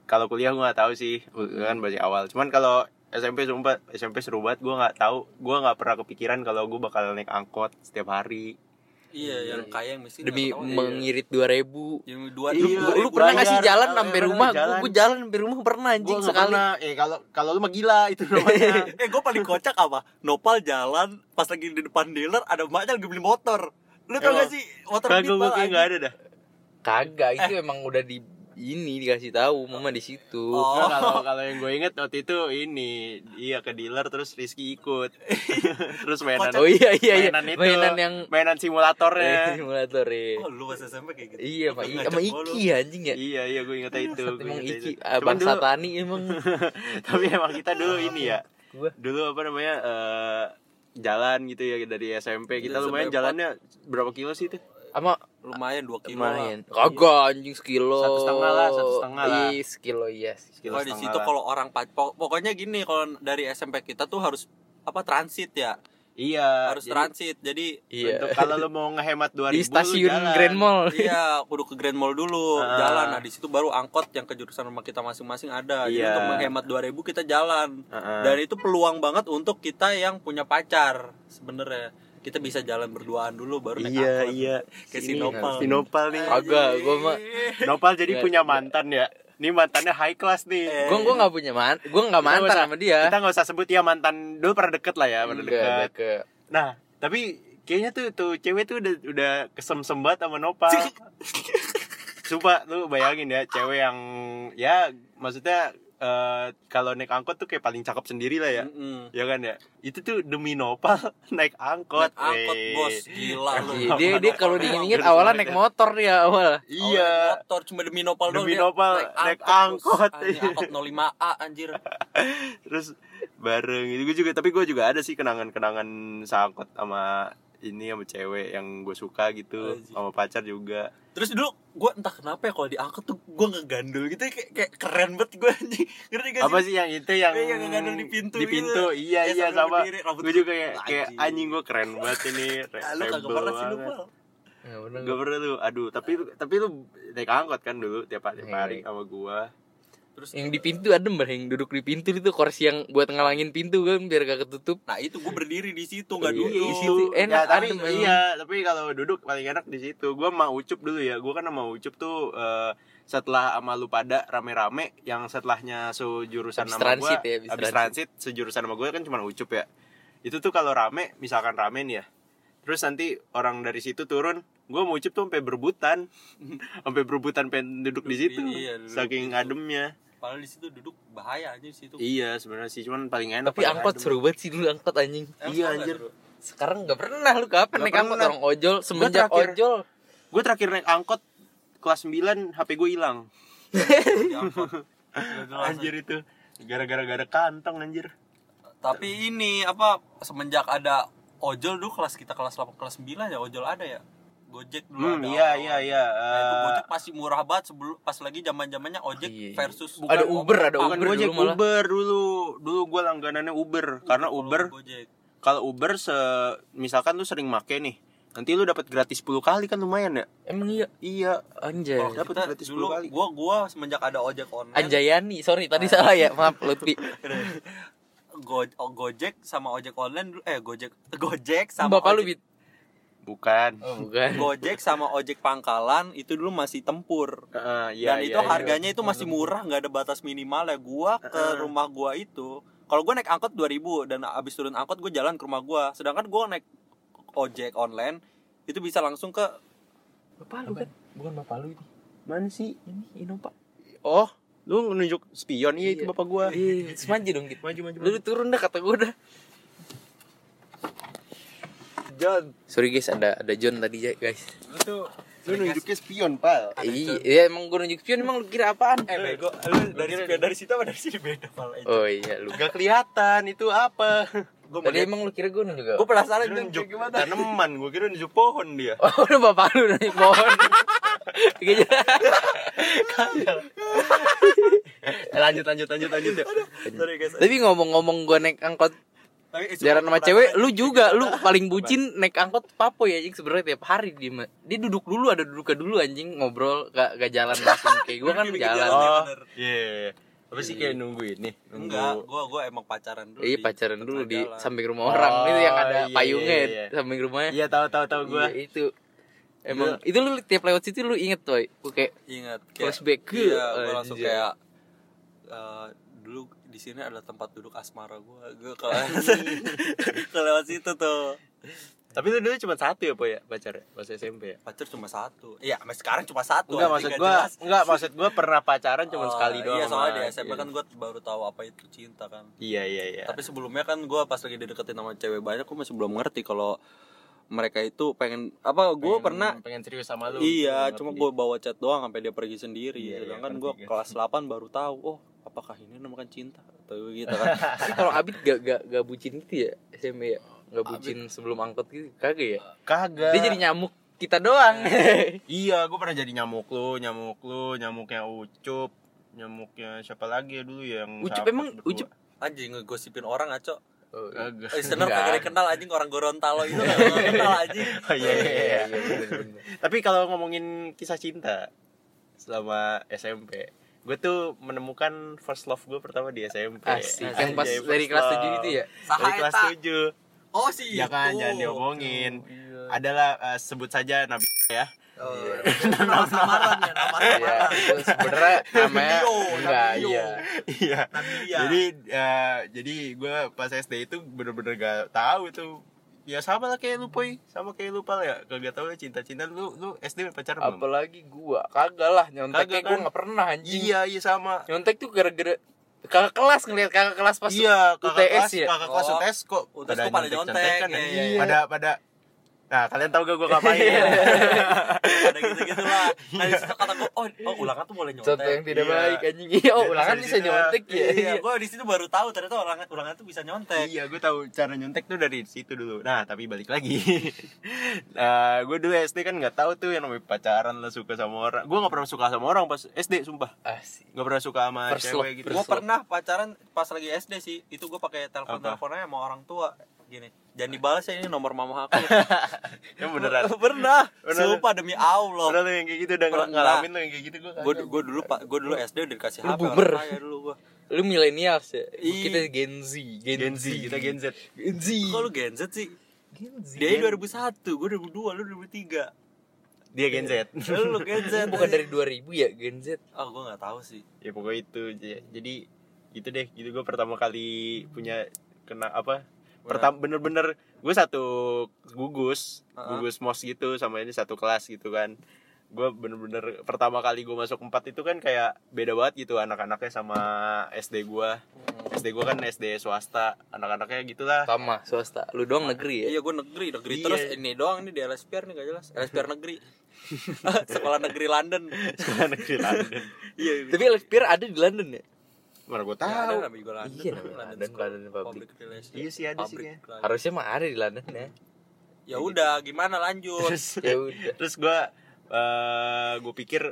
Speaker 1: Kalau kuliah gue nggak tahu sih, kan masih awal. Cuman kalau SMP sumpah SMP seru banget gue nggak tahu gue nggak pernah kepikiran kalau gue bakal naik angkot setiap hari
Speaker 3: Iya, yang kaya yang miskin.
Speaker 2: demi
Speaker 3: nggak ketahuan.
Speaker 2: mengirit dua ribu
Speaker 3: Yang dua
Speaker 1: Iya,
Speaker 2: lu,
Speaker 3: dua
Speaker 2: lu
Speaker 3: ribu
Speaker 2: pernah
Speaker 3: bayar.
Speaker 2: nggak sih jalan
Speaker 1: Iya,
Speaker 2: sampai
Speaker 1: pernah
Speaker 2: rumah
Speaker 1: jalan.
Speaker 2: gue jalan sampai rumah pernah
Speaker 1: gue
Speaker 2: anjing
Speaker 1: nggak
Speaker 2: sekali
Speaker 1: pernah eh kalau kalau lu mah gila itu namanya
Speaker 3: Eh, gue paling kocak apa? Nopal jalan pas lagi di depan dealer ada emaknya lagi beli motor. Lu tau
Speaker 1: Emang?
Speaker 3: gak sih motor
Speaker 1: kagak gue kayak nggak ada dah
Speaker 2: kagak itu emang udah di ini dikasih tahu mama di situ
Speaker 3: Oh.
Speaker 1: Nggak, kalau kalau yang gue inget waktu itu ini iya ke dealer terus Rizky ikut terus mainan
Speaker 2: Oh iya iya iya
Speaker 1: mainan itu
Speaker 2: mainan yang
Speaker 1: mainan
Speaker 2: eh,
Speaker 1: simulatornya
Speaker 2: simulator ya.
Speaker 3: Oh, lu pas SMP kayak gitu.
Speaker 2: Iya Pak,
Speaker 3: Ngajak
Speaker 2: sama
Speaker 3: gua lu.
Speaker 2: Iki ya, anjing ya.
Speaker 1: iya iya gue ingetnya itu gue
Speaker 2: Emang
Speaker 1: ingetnya
Speaker 2: Iki
Speaker 1: itu.
Speaker 2: ah,
Speaker 1: Cuman
Speaker 2: bangsa
Speaker 1: dulu-
Speaker 2: tani emang.
Speaker 1: tapi emang kita dulu ini ya
Speaker 2: Gua.
Speaker 1: dulu apa namanya eh, jalan gitu ya dari SMP kita
Speaker 3: Dari
Speaker 1: lumayan
Speaker 3: SMP.
Speaker 1: jalannya berapa kilo sih itu
Speaker 3: Oh,
Speaker 2: Sama
Speaker 3: Lumayan 2 kilo.
Speaker 2: lumayan. Kagak anjing sekilo.
Speaker 1: Satu setengah lah, satu setengah lah.
Speaker 2: Ih, sekilo iya.
Speaker 1: Kilo
Speaker 2: sekilo.
Speaker 3: Wah, di
Speaker 1: setengah
Speaker 3: situ
Speaker 1: lah.
Speaker 3: kalau orang pa- po- pokoknya gini kalau dari SMP kita tuh harus apa transit ya.
Speaker 1: iya
Speaker 3: Harus transit. Jadi
Speaker 2: Iya.
Speaker 1: untuk kalau lu mau ngehemat 2000
Speaker 2: Di
Speaker 1: lu
Speaker 2: stasiun
Speaker 1: jalan.
Speaker 2: Grand Mall.
Speaker 3: Iya, kudu ke Grand Mall dulu,
Speaker 1: Ah.
Speaker 3: jalan. Nah, di situ baru angkot yang ke jurusan rumah kita masing-masing ada. Jadi
Speaker 1: Iya. Ah.
Speaker 3: untuk menghemat 2000 kita jalan.
Speaker 1: Heeh.
Speaker 3: Dan itu peluang banget untuk kita yang punya pacar sebenarnya. Kita bisa jalan berduaan dulu baru naik
Speaker 1: iya
Speaker 3: angkot.
Speaker 1: iya
Speaker 3: Ke
Speaker 2: Sini
Speaker 3: Sinopal.
Speaker 2: harus
Speaker 1: Sinopal nih
Speaker 2: Kagak, gua mah
Speaker 1: Nopal jadi
Speaker 3: Iya.
Speaker 1: punya mantan ya ini mantannya high class nih
Speaker 3: Eh.
Speaker 2: gua gua enggak punya man, gua enggak
Speaker 1: Kita nggak
Speaker 2: mantan
Speaker 1: usah-
Speaker 2: sama
Speaker 3: Iya.
Speaker 2: dia.
Speaker 1: kita nggak usah sebut ya mantan dulu pernah deket lah ya pernah
Speaker 2: Enggak,
Speaker 1: deket
Speaker 2: ke
Speaker 1: nah tapi kayaknya tuh tuh cewek tuh udah udah kesemsembat sama Nopal coba lu bayangin ya cewek yang ya maksudnya eh, kalau naik angkot tuh kayak paling cakep sendiri lah ya
Speaker 3: Mm-mm.
Speaker 1: ya kan ya itu tuh demi Nopal naik angkot
Speaker 3: Naik angkot,
Speaker 1: weh.
Speaker 3: Bos. Gila lu.
Speaker 2: Iya, dia dia kalau diingat awalnya naik motor dia awal.
Speaker 1: iya
Speaker 3: Awalnya motor cuma demi nopal doang
Speaker 1: Demi
Speaker 3: dia
Speaker 1: nopal, naik angkot. iya.
Speaker 3: Bos. Anjing, angkot 05A anjir
Speaker 1: terus bareng itu gue juga tapi gue juga ada sih kenangan-kenangan sangkut sama ini sama cewek yang gue suka gitu
Speaker 3: Anjing.
Speaker 1: sama pacar juga
Speaker 3: terus dulu gue entah kenapa ya kalau diangkot tuh gue ngegandul gitu kayak, kayak keren banget gue anjing ngerti gak sih
Speaker 1: apa sih yang itu yang
Speaker 3: Eh, yang ngandung di pintu
Speaker 1: di
Speaker 3: gitu.
Speaker 1: pintu iya
Speaker 3: Eh,
Speaker 1: iya
Speaker 3: sambil
Speaker 1: sama
Speaker 3: berdiri, rambut
Speaker 1: gue juga kayak, kayak
Speaker 3: anjing.
Speaker 1: anjing gue keren banget ini re-
Speaker 3: Ah, lu kagak
Speaker 1: rebel
Speaker 3: pernah sih lu
Speaker 1: banget.
Speaker 3: Pal.
Speaker 2: Ya, bener.
Speaker 1: Gak pernah lu, aduh tapi lu- tapi lu naik angkot kan dulu tiap hari, tiap
Speaker 2: Iya,
Speaker 1: hari
Speaker 2: iya.
Speaker 1: sama gua
Speaker 3: Terus
Speaker 2: yang di pintu adem ber yang duduk di pintu itu kursi yang buat ngalangin pintu kan biar gak ketutup
Speaker 3: Nah itu gue berdiri di situ nggak
Speaker 2: Iya,
Speaker 3: duduk.
Speaker 2: di situ. Enak,
Speaker 1: ya, tapi
Speaker 2: adem, emang.
Speaker 1: iya tapi kalau duduk paling enak di situ gue mau ucup dulu ya gue kan mau ucup tuh eh, setelah sama lu pada rame-rame yang setelahnya sejurusan
Speaker 2: Habis
Speaker 1: sama gua,
Speaker 2: transit ya, habis
Speaker 1: habis transit.
Speaker 2: transit.
Speaker 1: sejurusan sama gue kan cuma ucup ya itu tuh kalau rame misalkan rame nih ya terus nanti orang dari situ turun gue mau ucup tuh sampai berbutan sampai berbutan pengen duduk di situ
Speaker 3: Iya, duduk
Speaker 1: saking
Speaker 3: di situ.
Speaker 1: ademnya
Speaker 3: Padahal di situ duduk bahaya aja di situ.
Speaker 1: iya sebenarnya sih cuman paling enak
Speaker 2: tapi
Speaker 1: paling
Speaker 2: angkot
Speaker 1: adem.
Speaker 2: seru banget sih dulu angkot anjing
Speaker 1: iya,
Speaker 3: Emang Eh, tau nggak
Speaker 1: anjir.
Speaker 3: seru?
Speaker 2: sekarang nggak pernah lu kapan
Speaker 1: Nggak
Speaker 2: naik angkot
Speaker 1: pernah.
Speaker 2: orang ojol semenjak
Speaker 1: terakhir.
Speaker 2: ojol
Speaker 1: gue terakhir naik angkot kelas 9 hp gue hilang
Speaker 3: Di angkot. Nggak jelas.
Speaker 1: anjir itu gara-gara gara kantong anjir
Speaker 3: Tapi ini apa semenjak ada ojol dulu kelas kita kelas 8 kelas 9 ya ojol ada ya. Gojek dulu
Speaker 1: hmm
Speaker 3: ada.
Speaker 1: iya iya iya
Speaker 3: Nah, itu
Speaker 1: Eh,
Speaker 3: Gojek masih murah banget sebelum pas lagi zaman-zamannya Ojek
Speaker 2: Iya.
Speaker 3: versus
Speaker 2: ada Uber ada
Speaker 1: bukan
Speaker 2: Uber
Speaker 1: Gojek,
Speaker 2: dulu malah
Speaker 1: Uber dulu dulu gue langganannya Uber karena Uber
Speaker 3: Gojek.
Speaker 1: kalau Uber se misalkan lu sering make nih nanti lu dapat gratis 10 kali kan lumayan ya
Speaker 2: emang iya
Speaker 1: iya
Speaker 2: anjay
Speaker 1: Oh, Dapat
Speaker 3: Kita
Speaker 1: gratis 10
Speaker 3: dulu
Speaker 1: kali.
Speaker 3: gua gua semenjak ada Ojek online
Speaker 2: Anjayani sorry tadi salah ya maaf Lutfi
Speaker 3: Go- oh, Gojek sama Ojek online dulu eh Gojek Gojek sama
Speaker 2: bapak lu bit
Speaker 3: Ojek,
Speaker 1: bukan
Speaker 2: oh, bukan
Speaker 3: Gojek sama Ojek pangkalan itu dulu masih tempur.
Speaker 1: Heeh, iya,
Speaker 3: Dan
Speaker 1: iya,
Speaker 3: itu
Speaker 1: iya.
Speaker 3: harganya itu masih murah, nggak ada batas minimal ya. Gua ke rumah gua itu, kalau gua naik angkot 2000 dan abis turun angkot gua jalan ke rumah gua. Sedangkan gua naik ojek online itu bisa langsung ke
Speaker 2: bapak lu kan bukan bapak lu ini
Speaker 1: mana sih
Speaker 2: ini Innova
Speaker 1: oh lu nunjuk spion iya, itu
Speaker 2: Iya.
Speaker 1: bapak gua
Speaker 2: Iya, semanja dong gitu.
Speaker 1: maju maju,
Speaker 2: Lu
Speaker 1: maju.
Speaker 2: turun dah kata gue dah.
Speaker 1: John
Speaker 2: Sorry guys, ada ada John tadi ya, guys.
Speaker 1: lu tuh lu nunjuknya spion pal
Speaker 2: Iya, iya, emang gue nunjuk spion emang lu kira apaan?
Speaker 3: Eh bego, lu dari dari situ apa dari sini beda pal.
Speaker 2: Oh iya, lu.
Speaker 1: Gak kelihatan itu apa
Speaker 3: Gua mau
Speaker 2: Tadi emang lu kira gue nunjuk apa?
Speaker 3: Gue penasaran
Speaker 1: Lu
Speaker 3: itu
Speaker 1: nunjuk
Speaker 3: gimana.
Speaker 1: tanaman gue kira nunjuk pohon dia
Speaker 2: Oh, lu bapak lu nunjuk pohon. Gitu.
Speaker 1: Eh, lanjut lanjut lanjut lanjut ya
Speaker 3: Sorry guys.
Speaker 2: Tapi ngomong-ngomong gue naik angkot
Speaker 3: Tapi eh,
Speaker 2: jalan sama
Speaker 3: sumpah gua
Speaker 2: cewek,
Speaker 3: penasaran.
Speaker 2: lu juga lu paling bucin naik angkot papo ya anjing sebenarnya tiap hari dia mah. Dia duduk dulu ada duduknya dulu anjing ngobrol gak, gak jalan langsung kayak gue kan
Speaker 3: Dia bikin
Speaker 2: jalan.
Speaker 3: jalan.
Speaker 1: oh
Speaker 3: bener.
Speaker 1: iya iya. apa sih kayak nungguin nih nunggu
Speaker 3: Enggak, gua gua emang pacaran dulu.
Speaker 2: Iya
Speaker 3: di
Speaker 2: pacaran dulu
Speaker 3: tengah
Speaker 2: di
Speaker 3: jalan.
Speaker 2: samping rumah
Speaker 1: Oh,
Speaker 2: orang itu yang ada
Speaker 1: iya,
Speaker 2: payungnya
Speaker 1: iya,
Speaker 2: ya,
Speaker 1: iya.
Speaker 2: samping rumahnya.
Speaker 1: iya tahu tahu tahu gue
Speaker 2: Iya, itu. Emang itu lu tiap lewat situ lu inget tuh, kayak
Speaker 3: Ingat
Speaker 2: Flashback.
Speaker 3: Iya,
Speaker 1: Oh,
Speaker 3: gua langsung
Speaker 2: Anjay.
Speaker 3: kayak eh, dulu di sini adalah tempat duduk asmara gua. Gua kalau kalau lewat situ tuh
Speaker 1: tapi lu dulu cuma satu ya po ya pacar ya? pas SMP ya
Speaker 3: pacar cuma satu. Iya, sampai sekarang cuma satu.
Speaker 1: enggak
Speaker 3: anjing,
Speaker 1: maksud
Speaker 3: nggak
Speaker 1: gue
Speaker 3: jelas.
Speaker 1: enggak maksud gue pernah pacaran cuma
Speaker 3: Oh,
Speaker 1: sekali doang
Speaker 3: Iya, soalnya di
Speaker 1: sama-
Speaker 3: SMP kan gua baru tahu apa itu cinta kan.
Speaker 1: iya iya iya
Speaker 3: Tapi sebelumnya kan gue pas lagi dideketin sama cewek banyak, gue masih belum ngerti kalau mereka itu pengen apa gue
Speaker 1: Pengen-
Speaker 3: pernah
Speaker 1: Hmm, pengen serius sama lu
Speaker 3: iya
Speaker 1: gitu,
Speaker 3: cuma
Speaker 1: ngerti.
Speaker 3: gue bawa chat doang sampai dia pergi sendiri
Speaker 1: Iya, iya,
Speaker 3: sedangkan
Speaker 1: ngerti,
Speaker 3: gue
Speaker 1: ngerti.
Speaker 3: kelas 8 baru tahu oh apakah ini namakan cinta atau gitu kan
Speaker 2: Tapi kalau Abid gak, gak, gak bucin gitu ya SMP ya? Gak bucin sebelum angkot gitu, kagak ya?
Speaker 1: kagak
Speaker 2: Dia jadi nyamuk kita doang
Speaker 1: iya gue pernah jadi nyamuk lu nyamuk lu nyamuknya ucup nyamuknya siapa lagi ya dulu yang
Speaker 2: Ucup
Speaker 1: sahabat
Speaker 2: emang-
Speaker 1: berdua?
Speaker 2: Ucup-
Speaker 3: anjing ngegosipin orang ngaco
Speaker 2: oh, iya.
Speaker 1: kagak
Speaker 3: listener
Speaker 2: Enggak.
Speaker 3: kagak dikenal anjing orang Gorontalo itu kagak kenal anjing
Speaker 1: Oh, iya, iya, iya.
Speaker 2: Iya, bener-bener.
Speaker 1: Tapi kalau ngomongin kisah cinta selama SMP, gue tuh menemukan first love gue pertama di SMP.
Speaker 2: Asik,
Speaker 1: Iya,
Speaker 2: yang pas
Speaker 1: Anjay,
Speaker 2: dari
Speaker 1: first
Speaker 2: kelas
Speaker 1: love.
Speaker 2: 7 itu ya?
Speaker 1: Dari
Speaker 3: Saha
Speaker 1: kelas
Speaker 3: eta?
Speaker 1: 7
Speaker 3: oh sih
Speaker 1: Ya gitu kan, jangan diomongin Adalah, eh, sebut saja Nabi ya
Speaker 3: nama samaran ya nama
Speaker 2: Iya,
Speaker 3: samaran
Speaker 2: itu sebenernya namanya
Speaker 3: Nabio,
Speaker 2: Enggak,
Speaker 3: Nabio.
Speaker 2: iya
Speaker 1: Iya
Speaker 3: Nadia.
Speaker 1: Jadi, eh, jadi gue pas SD itu bener-bener gak tahu tuh Ya sama lah kayak lu Poy Sama kayak lu Pal ya Kagak tau ya cinta-cinta Lu lu SD pacaran belum?
Speaker 2: Apalagi gua, kagak lah
Speaker 1: Kagak
Speaker 2: nyonteknya gua
Speaker 1: kan?
Speaker 2: gak pernah anjing
Speaker 1: Iya, iya sama
Speaker 2: Nyontek tuh gara-gara kakak kelas ngeliat kakak kelas pas
Speaker 1: iya kakak
Speaker 2: UTS
Speaker 1: kelas
Speaker 2: ya?
Speaker 1: kakak kelas
Speaker 3: Oh,
Speaker 1: UTS kok
Speaker 3: UTS kok pada
Speaker 1: nyontek-nyontekan
Speaker 3: nyontek,
Speaker 1: ya?
Speaker 3: iya, iya.
Speaker 1: pada pada nah kalian tahu gak gue ngapain
Speaker 2: Iya.
Speaker 3: ada gitu-gitu lah nah disitu kata gue oh, oh ulangan tuh boleh nyontek
Speaker 2: contoh yang tidak
Speaker 1: Iya.
Speaker 2: baik anjing Iya, oh
Speaker 1: Jadi
Speaker 2: ulangan
Speaker 1: dari
Speaker 2: bisa
Speaker 1: situ,
Speaker 2: nyontek ya
Speaker 3: iya gue di situ baru tahu ternyata ulangan ulangan tuh bisa nyontek
Speaker 1: iya gue tahu cara nyontek tuh dari situ dulu nah tapi balik lagi nah gue dulu SD kan nggak tahu tuh yang namanya pacaran lah suka sama orang gue nggak pernah suka sama orang pas SD sumpah
Speaker 2: Asik
Speaker 1: nggak pernah suka sama
Speaker 2: First
Speaker 1: cewek
Speaker 2: love,
Speaker 1: gitu
Speaker 3: gue
Speaker 2: first love.
Speaker 3: pernah pacaran pas lagi SD sih itu gue pakai telepon teleponnya sama orang tua gini jangan dibalas ya ini nomor mama aku
Speaker 1: ya beneran
Speaker 3: pernah
Speaker 1: Beneran.
Speaker 3: sumpah demi allah
Speaker 1: Pernah lo yang kayak gitu udah
Speaker 3: Pernah.
Speaker 1: ngalamin lo yang kayak gitu gue
Speaker 3: gue gue dulu pak gue dulu sd udah dikasih
Speaker 2: Lu
Speaker 3: hp orang
Speaker 2: boomer.
Speaker 3: kaya dulu gue
Speaker 2: Lu milenial ya.
Speaker 3: Ih.
Speaker 2: Kita Gen Z, Gen,
Speaker 1: Gen
Speaker 2: Z.
Speaker 1: Z kita Gen Z
Speaker 2: Gen Z.
Speaker 3: kok lu gen Z sih
Speaker 2: Gen Z.
Speaker 3: dia 2001 gue 2002 lu 2003
Speaker 1: dia Gen Z
Speaker 2: Iya.
Speaker 3: lu lu gen Z
Speaker 2: Bukan dari 2000 ya Gen Z.
Speaker 3: ah gue nggak tahu sih
Speaker 1: ya pokoknya itu J- jadi gitu deh gitu gue pertama kali punya kena apa pertama bener-bener gue satu gugus
Speaker 3: Uh-uh.
Speaker 1: gugus mos gitu sama ini satu kelas gitu kan gue bener-bener pertama kali gue masuk empat itu kan kayak beda banget gitu anak-anaknya sama SD gue SD gue kan SD swasta anak-anaknya gitulah
Speaker 2: Sama swasta. Lu doang negeri ya.
Speaker 3: Iya gue negeri, negeri
Speaker 1: Iya.
Speaker 3: terus ini doang nih di LSPR nih gak jelas LSPR negeri Sekolah negeri London
Speaker 1: sekolah negeri London
Speaker 3: Iya
Speaker 2: Tapi Elixir ada di London ya?
Speaker 1: mana gue
Speaker 3: Ya,
Speaker 1: tahu
Speaker 3: ada namanya juga London
Speaker 2: Iya, namanya London,
Speaker 3: School-
Speaker 2: London Public.
Speaker 3: Relations.
Speaker 1: Iya sih, ada sih
Speaker 3: Public
Speaker 1: kayaknya.
Speaker 3: Relations.
Speaker 2: Harusnya mah ada di London ya.
Speaker 3: Ya udah gimana lanjut
Speaker 1: terus
Speaker 2: Ya udah.
Speaker 1: terus gue eh gue pikir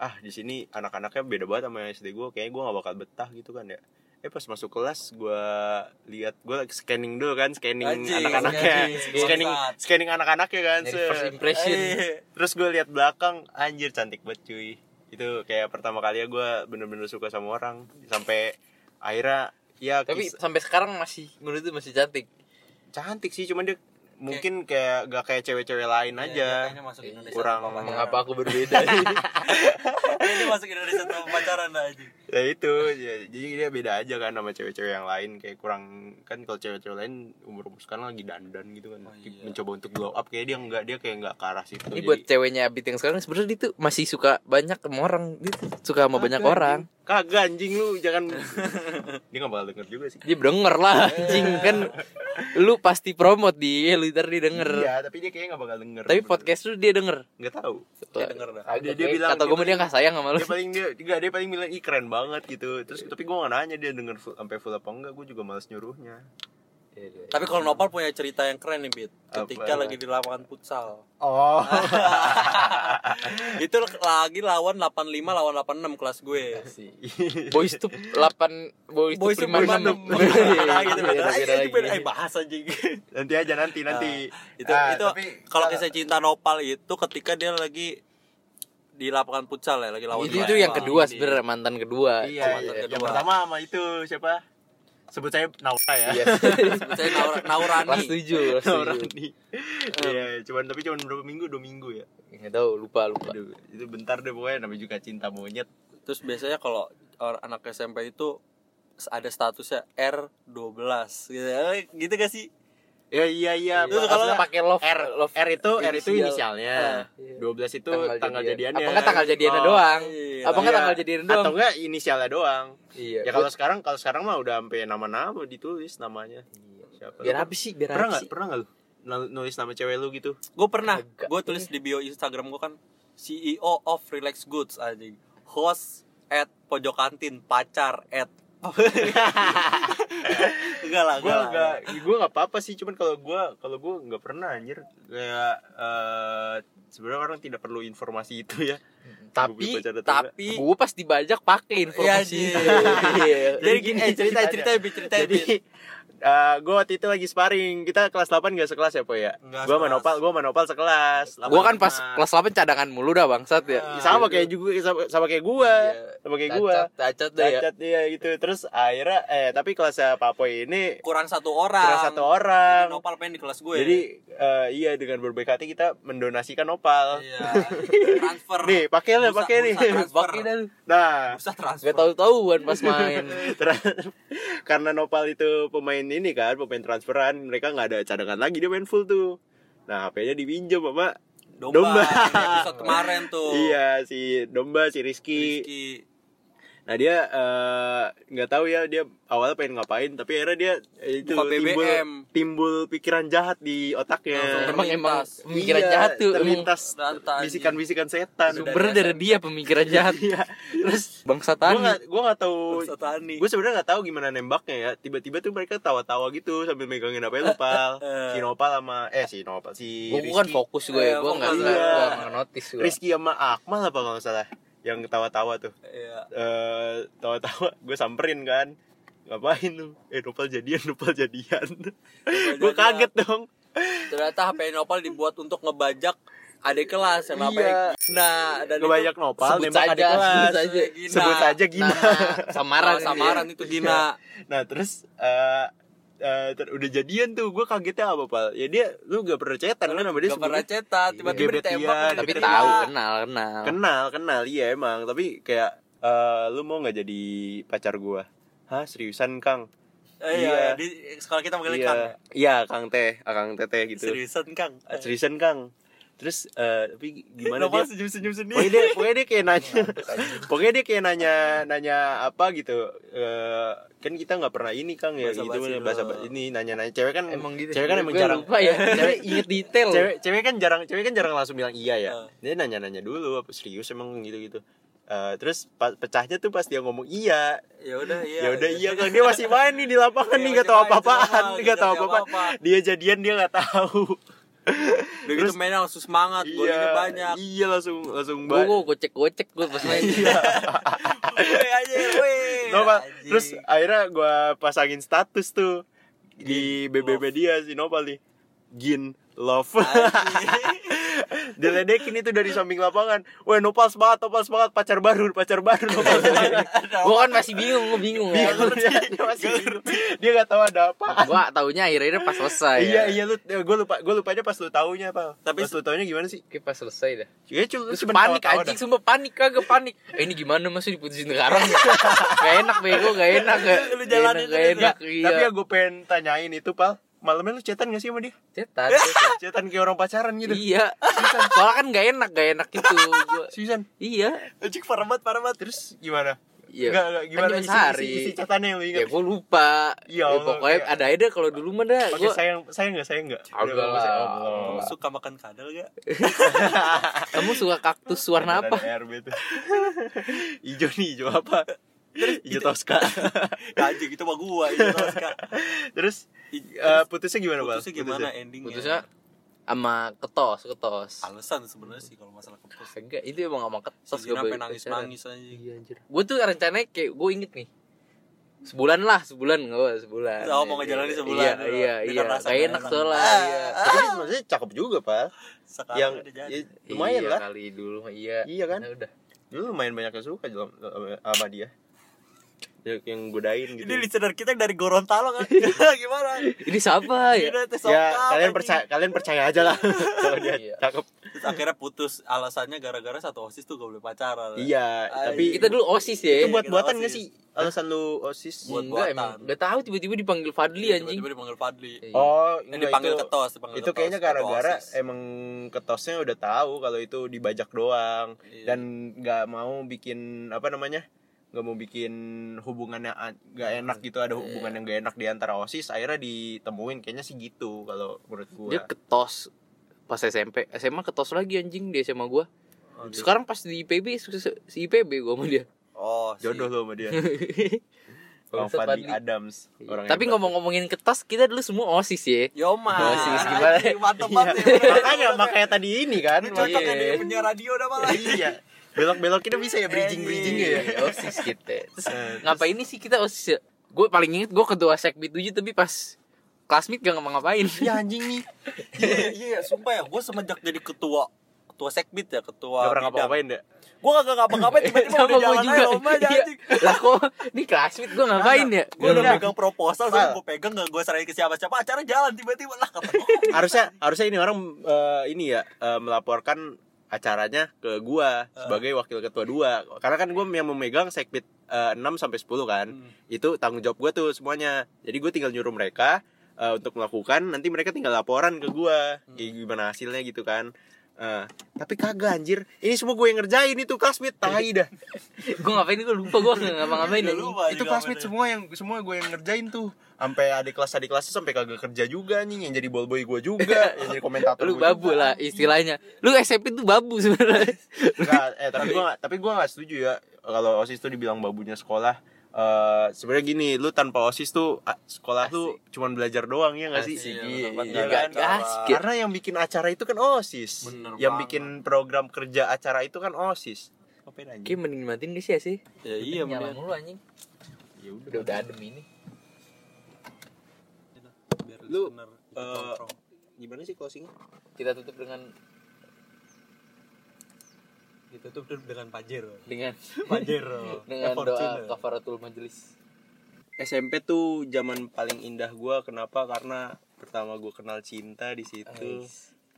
Speaker 1: ah di sini anak-anaknya beda banget sama SD gue kayaknya gue gak bakal betah gitu kan ya eh pas masuk kelas gue lihat gue scanning dulu kan scanning
Speaker 3: Anjing,
Speaker 1: anak-anaknya
Speaker 3: scanning,
Speaker 1: scanning
Speaker 3: bangsat.
Speaker 1: scanning anak-anaknya kan
Speaker 2: Dari
Speaker 1: set.
Speaker 2: first impression.
Speaker 3: Eh,
Speaker 1: terus gue lihat belakang anjir cantik banget cuy itu kayak pertama kali ya gue bener-bener suka sama orang sampai akhirnya ya
Speaker 2: Tapi
Speaker 1: kis-
Speaker 2: sampai sekarang masih menurut lu masih cantik.
Speaker 1: cantik sih cuman dia mungkin kayak gak kayak cewek-cewek lain
Speaker 3: iya,
Speaker 1: aja
Speaker 3: dia kayaknya masuk Indonesia
Speaker 1: kurang
Speaker 3: tanpa pacaran.
Speaker 2: Mengapa aku berbeda?
Speaker 3: Ini masuk Indonesia tanpa pacaran aja
Speaker 1: ya itu ya, jadi dia beda aja kan sama cewek-cewek yang lain kayak kurang kan kalau cewek-cewek lain umur umur sekarang lagi dandan gitu kan
Speaker 3: Oh, iya.
Speaker 1: mencoba untuk glow up kayak dia enggak dia kayak enggak ke arah situ
Speaker 2: Ini buat ceweknya Abit yang sekarang sebenarnya dia tuh masih suka banyak sama orang, dia tuh suka sama banyak orang.
Speaker 1: kagak anjing lu jangan dia nggak bakal denger juga sih
Speaker 2: Dia denger
Speaker 1: Eh.
Speaker 2: lah anjing kan lu pasti promote di Twitter dia denger.
Speaker 1: iya tapi dia kayaknya nggak bakal denger
Speaker 2: Tapi podcast lu dia denger.
Speaker 1: nggak tahu
Speaker 3: Dia denger dah
Speaker 1: Ah, Dia- dia bilang- gitu
Speaker 2: atau gue
Speaker 1: dia
Speaker 2: dia nggak ah, sayang sama lu.
Speaker 1: dia paling dia enggak dia paling bilang ih keren banget gitu terus tapi gue nggak nanya dia denger full, sampai full apa enggak gue juga males nyuruhnya
Speaker 3: iya. Tapi kalau Nopal punya cerita yang keren nih Bit Ketika
Speaker 1: Apa?
Speaker 3: lagi di lapangan futsal
Speaker 1: oh
Speaker 3: Itu lagi lawan 85 lawan 86 kelas gue
Speaker 2: Boys tuh 8 Boys,
Speaker 3: Boys
Speaker 2: tuh
Speaker 3: tuh
Speaker 2: 56. iya,
Speaker 3: Beda gitu beda.
Speaker 2: Beda-beda
Speaker 3: Itu
Speaker 2: lagi.
Speaker 3: beda. Eh bahas aja
Speaker 1: nanti aja nanti nanti
Speaker 3: itu
Speaker 1: Ah,
Speaker 3: itu
Speaker 1: tapi-
Speaker 3: kalau kisah cinta Nopal itu ketika dia lagi di lapangan futsal ya lagi lawan
Speaker 2: Itu
Speaker 3: Jepang.
Speaker 2: itu yang kedua
Speaker 3: Ini.
Speaker 2: sebenarnya mantan kedua.
Speaker 1: Iya, iya.
Speaker 2: Cuma mantan
Speaker 1: yang
Speaker 3: kedua.
Speaker 1: pertama sama itu siapa? Sebut saya Naura ya.
Speaker 2: Iya.
Speaker 3: Sebetulnya Naura- Naurani
Speaker 2: Kelas 7, kelas
Speaker 1: Naura
Speaker 2: 7.
Speaker 1: nih. Iya, cuman tapi cuman berapa minggu? Dua minggu ya.
Speaker 2: Enggak tahu, lupa lupa.
Speaker 1: Aduh, itu bentar deh pokoknya namanya juga cinta monyet.
Speaker 3: terus biasanya kalau orang anak SMP itu ada statusnya R12 gitu, Eh, gitu gak sih
Speaker 1: Ya iya iya.
Speaker 3: Terus
Speaker 1: Maksudnya
Speaker 3: kalau
Speaker 2: Maksudnya pakai love
Speaker 1: R
Speaker 2: love
Speaker 1: R itu R itu
Speaker 2: inisial.
Speaker 1: inisialnya.
Speaker 2: Iya.
Speaker 1: 12 itu
Speaker 2: Tanggal
Speaker 1: Ah, tanggal,
Speaker 2: jadian.
Speaker 1: jadiannya.
Speaker 2: Apa enggak tanggal jadiannya
Speaker 1: Oh,
Speaker 2: doang?
Speaker 3: iya.
Speaker 2: Apa enggak
Speaker 1: iya.
Speaker 2: tanggal jadiannya doang?
Speaker 1: Atau enggak inisialnya doang.
Speaker 2: Iya.
Speaker 1: Ya kalau sekarang kalau sekarang mah udah sampai nama-nama ditulis namanya. Siapa?
Speaker 2: biar
Speaker 1: Lu
Speaker 2: habis sih, biar
Speaker 1: pernah
Speaker 2: habis
Speaker 1: nggak
Speaker 2: sih.
Speaker 1: pernah nggak lu nul- nulis nama cewek lu gitu?
Speaker 3: gue pernah
Speaker 2: Agak.
Speaker 3: gue tulis di bio Instagram gue kan CEO of Relax Goods anjing host at pojok kantin pacar at enggak lah
Speaker 1: gue
Speaker 2: Nah.
Speaker 3: enggak lah.
Speaker 1: gak gue gak apa apa sih cuman kalau gue kalau gue nggak pernah anjir kayak eh, sebenarnya orang tidak perlu informasi itu ya
Speaker 2: Tapi-
Speaker 1: Gua pacaran atau enggak.
Speaker 3: tapi
Speaker 2: Gue pas dibajak pakai informasi.
Speaker 3: Iya,
Speaker 2: itu. Iya.
Speaker 3: jadi gini eh cerita cerita bi cerita
Speaker 1: jadi
Speaker 3: bi
Speaker 1: eh gue waktu itu lagi sparring kita kelas 8 gak sekelas ya po ya gue
Speaker 3: Nggak sekelas.
Speaker 1: manopal gue manopal sekelas
Speaker 2: Gue
Speaker 1: 8.
Speaker 2: kan pas kelas 8 cadangan mulu dah bangsat ya.
Speaker 1: Iya. sama kayak juga sama, sama kayak gue sama kayak gue
Speaker 2: Iya. Cacat, cacat dah ya.
Speaker 1: cacat dia gitu terus akhirnya eh tapi kelasnya papoy ini
Speaker 3: kurang satu orang
Speaker 1: kurang satu orang
Speaker 3: Jadi nopal pengen di kelas gue
Speaker 1: jadi eh, iya dengan berbaik hati kita mendonasikan opal
Speaker 3: iya transfer
Speaker 1: Nih, pakai lah,
Speaker 3: Bursa-
Speaker 1: pakai nih.
Speaker 3: bursa transfer.
Speaker 2: Pakai dah lu.
Speaker 1: Nah,
Speaker 3: Bursa transfer
Speaker 2: Gak tahu-tahuan pas main.
Speaker 1: Terus karena Nopal itu pemain ini kan, pemain transferan, mereka nggak ada cadangan lagi dia main full tuh. Nah, HP-nya dipinjam sama
Speaker 3: domba,
Speaker 1: domba.
Speaker 3: Yang episode kemarin tuh
Speaker 1: Iya, si Domba, si Rizky.
Speaker 3: Oh. Rizky
Speaker 1: Nah, dia eh, nggak tahu ya dia awalnya pengen ngapain, tapi akhirnya dia eh, itu
Speaker 3: Buka
Speaker 1: timbul
Speaker 3: BBM.
Speaker 1: timbul pikiran jahat di otaknya.
Speaker 2: Emang emang
Speaker 3: Terlintas.
Speaker 2: pemikiran
Speaker 1: Iya,
Speaker 2: jahat tuh. emang.
Speaker 1: terlintas
Speaker 3: Rantai.
Speaker 1: bisikan-bisikan setan.
Speaker 2: Sumbernya dari dia pemikiran jahat.
Speaker 1: Iya. Terus gue
Speaker 2: Bangsa tani.
Speaker 1: gak, gua nggak tahu
Speaker 3: Bursa Tani
Speaker 1: gue sebenarnya nggak tahu gimana nembaknya ya tiba-tiba tuh mereka tawa-tawa gitu sambil megangin apa ya nopal si nopal sama eh si nopal si
Speaker 2: Gue kan fokus gue,
Speaker 3: Iya,
Speaker 2: gue nggak
Speaker 3: fokus.
Speaker 1: Iya.
Speaker 2: nggak nggak notice gue.
Speaker 1: Rizky sama Akmal apa kalau nggak salah yang tawa-tawa tuh
Speaker 3: iya
Speaker 1: Eh, tawa-tawa gue samperin kan ngapain lu eh nopal jadian nopal jadian gue kaget dong
Speaker 3: Ternyata HP Nopal dibuat untuk ngebajak adik kelas yang namanya
Speaker 2: Iya.
Speaker 3: Gina dan itu
Speaker 1: ngebanyak nopal
Speaker 2: sebut
Speaker 1: nembak adik
Speaker 2: saja,
Speaker 1: kelas
Speaker 2: sebut saja.
Speaker 3: Gina.
Speaker 1: sebut aja gina
Speaker 2: Nah, samaran
Speaker 1: Iya.
Speaker 3: Samaran, samaran itu Gina.
Speaker 1: Nah terus eh eh, ter- udah jadian tuh gue kagetnya apa pal? Ya dia lu gak pernah cetan kan sama dia
Speaker 3: Gak pernah
Speaker 1: sebelumnya?
Speaker 3: cetak, tiba-tiba
Speaker 1: Gebet
Speaker 3: ditembak
Speaker 1: dia,
Speaker 3: sama
Speaker 1: tapi
Speaker 3: Gina.
Speaker 2: tahu kan? kenal kenal
Speaker 1: Kenal kenal iya emang tapi kayak eh, lu mau nggak jadi pacar gue? Hah seriusan kang?
Speaker 3: Eh, Iya,
Speaker 1: Iya.
Speaker 3: di sekolah kita manggilnya Kang. ya?
Speaker 1: Iya iya kang teh, ah, kang teteh gitu.
Speaker 3: Seriusan Kang.
Speaker 1: "Ah, seriusan kang? Terus eh, tapi gimana
Speaker 3: Nopal
Speaker 1: dia?
Speaker 3: senyum-senyum sendiri.
Speaker 1: Pokoknya dia, pokoknya dia kayak nanya, pokoknya dia kayak nanya, nanya apa gitu. Eh, kan kita nggak pernah ini kang ya gitu
Speaker 3: Basa-basi
Speaker 1: bahasa
Speaker 3: doang.
Speaker 1: ini nanya nanya cewek kan
Speaker 2: emang gitu
Speaker 1: cewek kan emang
Speaker 2: Gua
Speaker 1: jarang
Speaker 2: lupa ya cewek inget detail
Speaker 1: cewek cewek kan jarang cewek kan jarang langsung bilang iya ya
Speaker 3: Ah.
Speaker 1: dia nanya nanya dulu apa serius emang gitu gitu terus pa- pecahnya tuh pas dia ngomong iya
Speaker 3: Ya udah, iya.
Speaker 1: ya udah iya kan dia masih main nih di lapangan
Speaker 3: Iya,
Speaker 1: nih
Speaker 3: masih
Speaker 1: gak tahu
Speaker 3: main
Speaker 1: apa apaan
Speaker 3: di
Speaker 1: gak
Speaker 3: lapangan,
Speaker 1: tahu apa
Speaker 3: nggak tahu
Speaker 1: apa
Speaker 3: apa-apa.
Speaker 1: dia jadian dia nggak tahu
Speaker 3: Udah gitu mainnya langsung semangat, golnya banyak.
Speaker 1: iya langsung langsung
Speaker 2: gue
Speaker 1: banyak
Speaker 2: gue kocek kocek gue pas main
Speaker 3: Weh aja, weh.
Speaker 1: Nopal.
Speaker 3: Anjing.
Speaker 1: Iya, Terus akhirnya gue pasangin status tuh di BBB dia si Nopal nih. Gin love. Diledekin itu dari samping lapangan. Weh Nopal semangat, Nopal semangat, pacar baru, pacar baru Nopal.
Speaker 2: gue kan masih bingung gue bingung kan
Speaker 1: Bingung dia, dia masih bingung. Dia gak tahu ada apa.
Speaker 2: gue taunya akhirnya pas selesai ya.
Speaker 1: Iya iya lu gue lupa gue lupanya pas lu taunya apa.
Speaker 3: Tapi-
Speaker 1: pas lu taunya gimana sih?
Speaker 2: Oke pas selesai dah
Speaker 1: Ya cuma
Speaker 2: Terus
Speaker 1: cuma
Speaker 2: panik
Speaker 1: tawa-tawa
Speaker 2: anjing
Speaker 1: dah.
Speaker 2: sumpah panik kagak panik eh, ini gimana masih diputusin sekarang ya? gak enak bego gak enak gak
Speaker 3: Lu jalanin
Speaker 2: gak enak,
Speaker 3: terus
Speaker 2: gak enak
Speaker 1: Tapi
Speaker 2: iya
Speaker 1: yang gue pengen tanyain itu pal malamnya lu cetan gak sih sama dia?
Speaker 2: cetan
Speaker 1: Cetan kayak orang pacaran gitu.
Speaker 2: iya soalnya kan gak enak gak enak gitu gua
Speaker 1: Susan.
Speaker 2: iya
Speaker 1: Anjing parah banget, parah banget. Terus gimana?
Speaker 2: Iya.
Speaker 1: Nggak, nggak,
Speaker 2: Kan
Speaker 1: gimana
Speaker 2: cuma
Speaker 1: isi,
Speaker 2: sehari.
Speaker 1: isi, isi catatannya yang lu ingat?
Speaker 2: ya gue lupa
Speaker 1: Ya
Speaker 2: ya,
Speaker 1: Allah,
Speaker 2: pokoknya
Speaker 1: kayak-
Speaker 2: ada aja deh kalau dulu mah dah
Speaker 1: Pakai
Speaker 2: gue
Speaker 1: sayang, sayang nggak, sayang nggak?
Speaker 2: Agak
Speaker 1: Udah,
Speaker 2: lah.
Speaker 1: sayang belum.
Speaker 3: suka makan kadal gak?
Speaker 2: kamu suka kaktus warna
Speaker 1: Ada
Speaker 2: apa
Speaker 1: RB tuh. Ijo nih, ijo apa? Ijo Tosca.
Speaker 3: Anjing itu mah gua itu terus Kak.
Speaker 1: Terus
Speaker 3: I-
Speaker 1: eh, putusnya gimana, Bal?
Speaker 3: Putusnya gimana endingnya?
Speaker 2: putusnya sama ketos ketos
Speaker 3: alasan sebenarnya sih kalau masalah keputus.
Speaker 2: enggak itu emang sama ketos
Speaker 3: Terus
Speaker 2: gua
Speaker 3: sampai nangis-nangis anjing.
Speaker 2: Iya anjir. Gue tuh rencananya kayak gue inget nih. Sebulan lah, sebulan enggak apa sebulan.
Speaker 3: Oh, mau ngejalanin sebulan.
Speaker 2: Iya, iya,
Speaker 3: Biar
Speaker 2: iya.
Speaker 3: rasa
Speaker 2: Kayak enak
Speaker 3: enak.
Speaker 2: soalnya.
Speaker 3: Ah,
Speaker 2: Iya.
Speaker 1: Tapi sebenarnya cakep juga, Pak.
Speaker 3: Sekarang
Speaker 1: yang
Speaker 3: udah jadi.
Speaker 1: ya, lumayan
Speaker 2: Iya
Speaker 1: lah.
Speaker 2: kali dulu mah iya.
Speaker 1: Iya kan?
Speaker 2: Nah, udah.
Speaker 1: Lu lumayan banyak yang suka jalan- sama dia. Yang- Yang godain gitu.
Speaker 3: Ini listener kita yang dari Gorontalo kan. Gimana?
Speaker 2: Ini siapa ya?
Speaker 3: Gimana, tes
Speaker 1: Ya,
Speaker 3: lokal,
Speaker 1: kalian
Speaker 3: anjing.
Speaker 1: percaya kalian percaya aja lah. Kalau dia
Speaker 2: Iya.
Speaker 1: cakep.
Speaker 3: Terus akhirnya putus alasannya gara-gara satu OSIS tuh gak boleh pacaran.
Speaker 1: Iya,
Speaker 3: Ay,
Speaker 1: tapi
Speaker 2: Kita dulu OSIS
Speaker 1: itu
Speaker 2: ya.
Speaker 3: Iya,
Speaker 1: buat
Speaker 3: kita
Speaker 1: buatan gak
Speaker 3: OSIS.
Speaker 1: sih? Alasan lu OSIS?
Speaker 3: buat
Speaker 2: enggak
Speaker 3: buatan. Iya,
Speaker 2: emang. Enggak tahu tiba-tiba dipanggil Fadli anjing. Iya.
Speaker 3: Tiba-tiba dipanggil Fadli.
Speaker 1: Oh,
Speaker 3: Yang
Speaker 1: enggak,
Speaker 3: dipanggil
Speaker 1: itu-
Speaker 3: ketos, dipanggil
Speaker 1: itu
Speaker 3: ketos,
Speaker 1: kayaknya
Speaker 3: ketua
Speaker 1: gara-gara
Speaker 3: OSIS.
Speaker 1: emang ketosnya udah tahu kalau itu dibajak doang
Speaker 3: Iya.
Speaker 1: dan nggak mau bikin apa namanya nggak mau bikin hubungan yang an- nggak enak gitu ada
Speaker 3: Iya.
Speaker 1: hubungan yang nggak enak di antara osis akhirnya ditemuin kayaknya sih gitu kalau menurut gua
Speaker 2: Dia ketos pas SMP, SMA ketos lagi anjing di SMA gua. Sekarang pas di IPB su- su- si IPB gua sama dia.
Speaker 3: Oh, si-
Speaker 1: jodoh lo sama dia Bang
Speaker 2: Bangsat
Speaker 1: Fadli
Speaker 2: Fadli.
Speaker 1: Adams
Speaker 3: Iya.
Speaker 1: orang
Speaker 2: Tapi
Speaker 1: hebat.
Speaker 2: ngomong-ngomongin ketos, kita dulu semua OSIS ya.
Speaker 3: Yoma.
Speaker 2: OSIS gimana?
Speaker 3: Anjing, Mantep
Speaker 1: Iya.
Speaker 3: banget.
Speaker 1: makanya makanya tadi ini kan
Speaker 3: Cocok kan
Speaker 2: Iya.
Speaker 3: dia punya radio udah malah.
Speaker 1: iya belok-belok kita bisa ya bridging bridging ya
Speaker 2: Iya, osis kita terus
Speaker 3: Nah,
Speaker 2: ngapain ini sih kita osis ya gue paling inget gue kedua sekbid tujuh tapi pas classmate gak ngapa-ngapain
Speaker 1: ya anjing nih
Speaker 3: Iya, iya, sumpah ya, gue semenjak jadi ketua ketua sekbid ya, ketua
Speaker 1: nggak pernah ngapa-ngapain deh
Speaker 3: Gue kagak ngapa-ngapain, tiba-tiba
Speaker 2: sama
Speaker 3: udah
Speaker 2: gue
Speaker 3: jalan
Speaker 2: juga
Speaker 3: aja lomba aja
Speaker 2: Iya.
Speaker 3: anjing.
Speaker 2: lah kok ini classmate gue ngapain ya
Speaker 3: Gue udah
Speaker 1: Iya.
Speaker 2: Enggak.
Speaker 3: pegang proposal,
Speaker 1: Mal.
Speaker 3: gue pegang gak gue serahin ke siapa-siapa, acara jalan tiba-tiba lah kata gua.
Speaker 1: harusnya harusnya ini orang eh, ini ya eh, melaporkan acaranya ke gua
Speaker 2: Eh.
Speaker 1: sebagai wakil ketua dua karena kan gua yang memegang sekbid eh, 6 sampai 10 kan
Speaker 2: Hmm.
Speaker 1: itu tanggung jawab gua tuh semuanya jadi gua tinggal nyuruh mereka eh, untuk melakukan nanti mereka tinggal laporan ke gua
Speaker 2: Hmm.
Speaker 1: Kayak gimana hasilnya gitu kan Eh, tapi kagak anjir ini semua gue yang ngerjain itu classmate tai dah
Speaker 2: gue ngapain gue lupa gue gak ngapa-ngapain ya.
Speaker 3: Udah
Speaker 2: anjing.
Speaker 3: lupa
Speaker 1: itu
Speaker 3: juga
Speaker 1: classmate
Speaker 3: apa
Speaker 1: semua yang semua gue yang ngerjain tuh sampai adik kelas adik kelas sampai kagak kerja juga nih yang jadi ball boy gue juga yang jadi komentator
Speaker 2: lu
Speaker 1: gua
Speaker 2: babu
Speaker 1: juga.
Speaker 2: lah istilahnya lu SMP tuh babu sebenarnya
Speaker 1: Enggak, eh tapi gua nggak- tapi gua nggak setuju ya kalau OSIS tuh dibilang babunya sekolah. Eh sebenarnya gini, lu tanpa OSIS tuh ah, sekolah lu cuman belajar doang ya enggak sih?
Speaker 3: Asik, iya,
Speaker 1: Iya,
Speaker 3: bener banget.
Speaker 1: iya,
Speaker 2: gak
Speaker 1: kan?
Speaker 3: Iya,
Speaker 2: asik
Speaker 1: Karena yang bikin acara itu kan OSIS.
Speaker 3: Bener
Speaker 1: yang
Speaker 3: banget.
Speaker 1: bikin program kerja acara itu kan OSIS. Ngapain
Speaker 2: Oke,
Speaker 1: anjing?
Speaker 2: mending matiin gak sih ya sih?
Speaker 3: Ya iya,
Speaker 2: Nyala
Speaker 3: mendingan.
Speaker 2: mulu anjing.
Speaker 4: Ya
Speaker 2: udah udah adem ini
Speaker 3: Biar
Speaker 1: Lu,
Speaker 3: listener ikut
Speaker 1: eh,
Speaker 3: nongkrong.
Speaker 1: Gimana sih closingnya?
Speaker 2: kita tutup dengan
Speaker 3: ditutup tuh dengan pajero
Speaker 2: dengan
Speaker 3: pajero
Speaker 2: dengan doa
Speaker 3: Fortuner.
Speaker 2: kafaratul majelis
Speaker 1: SMP tuh zaman paling indah gua kenapa? Karena pertama gua kenal cinta di situ.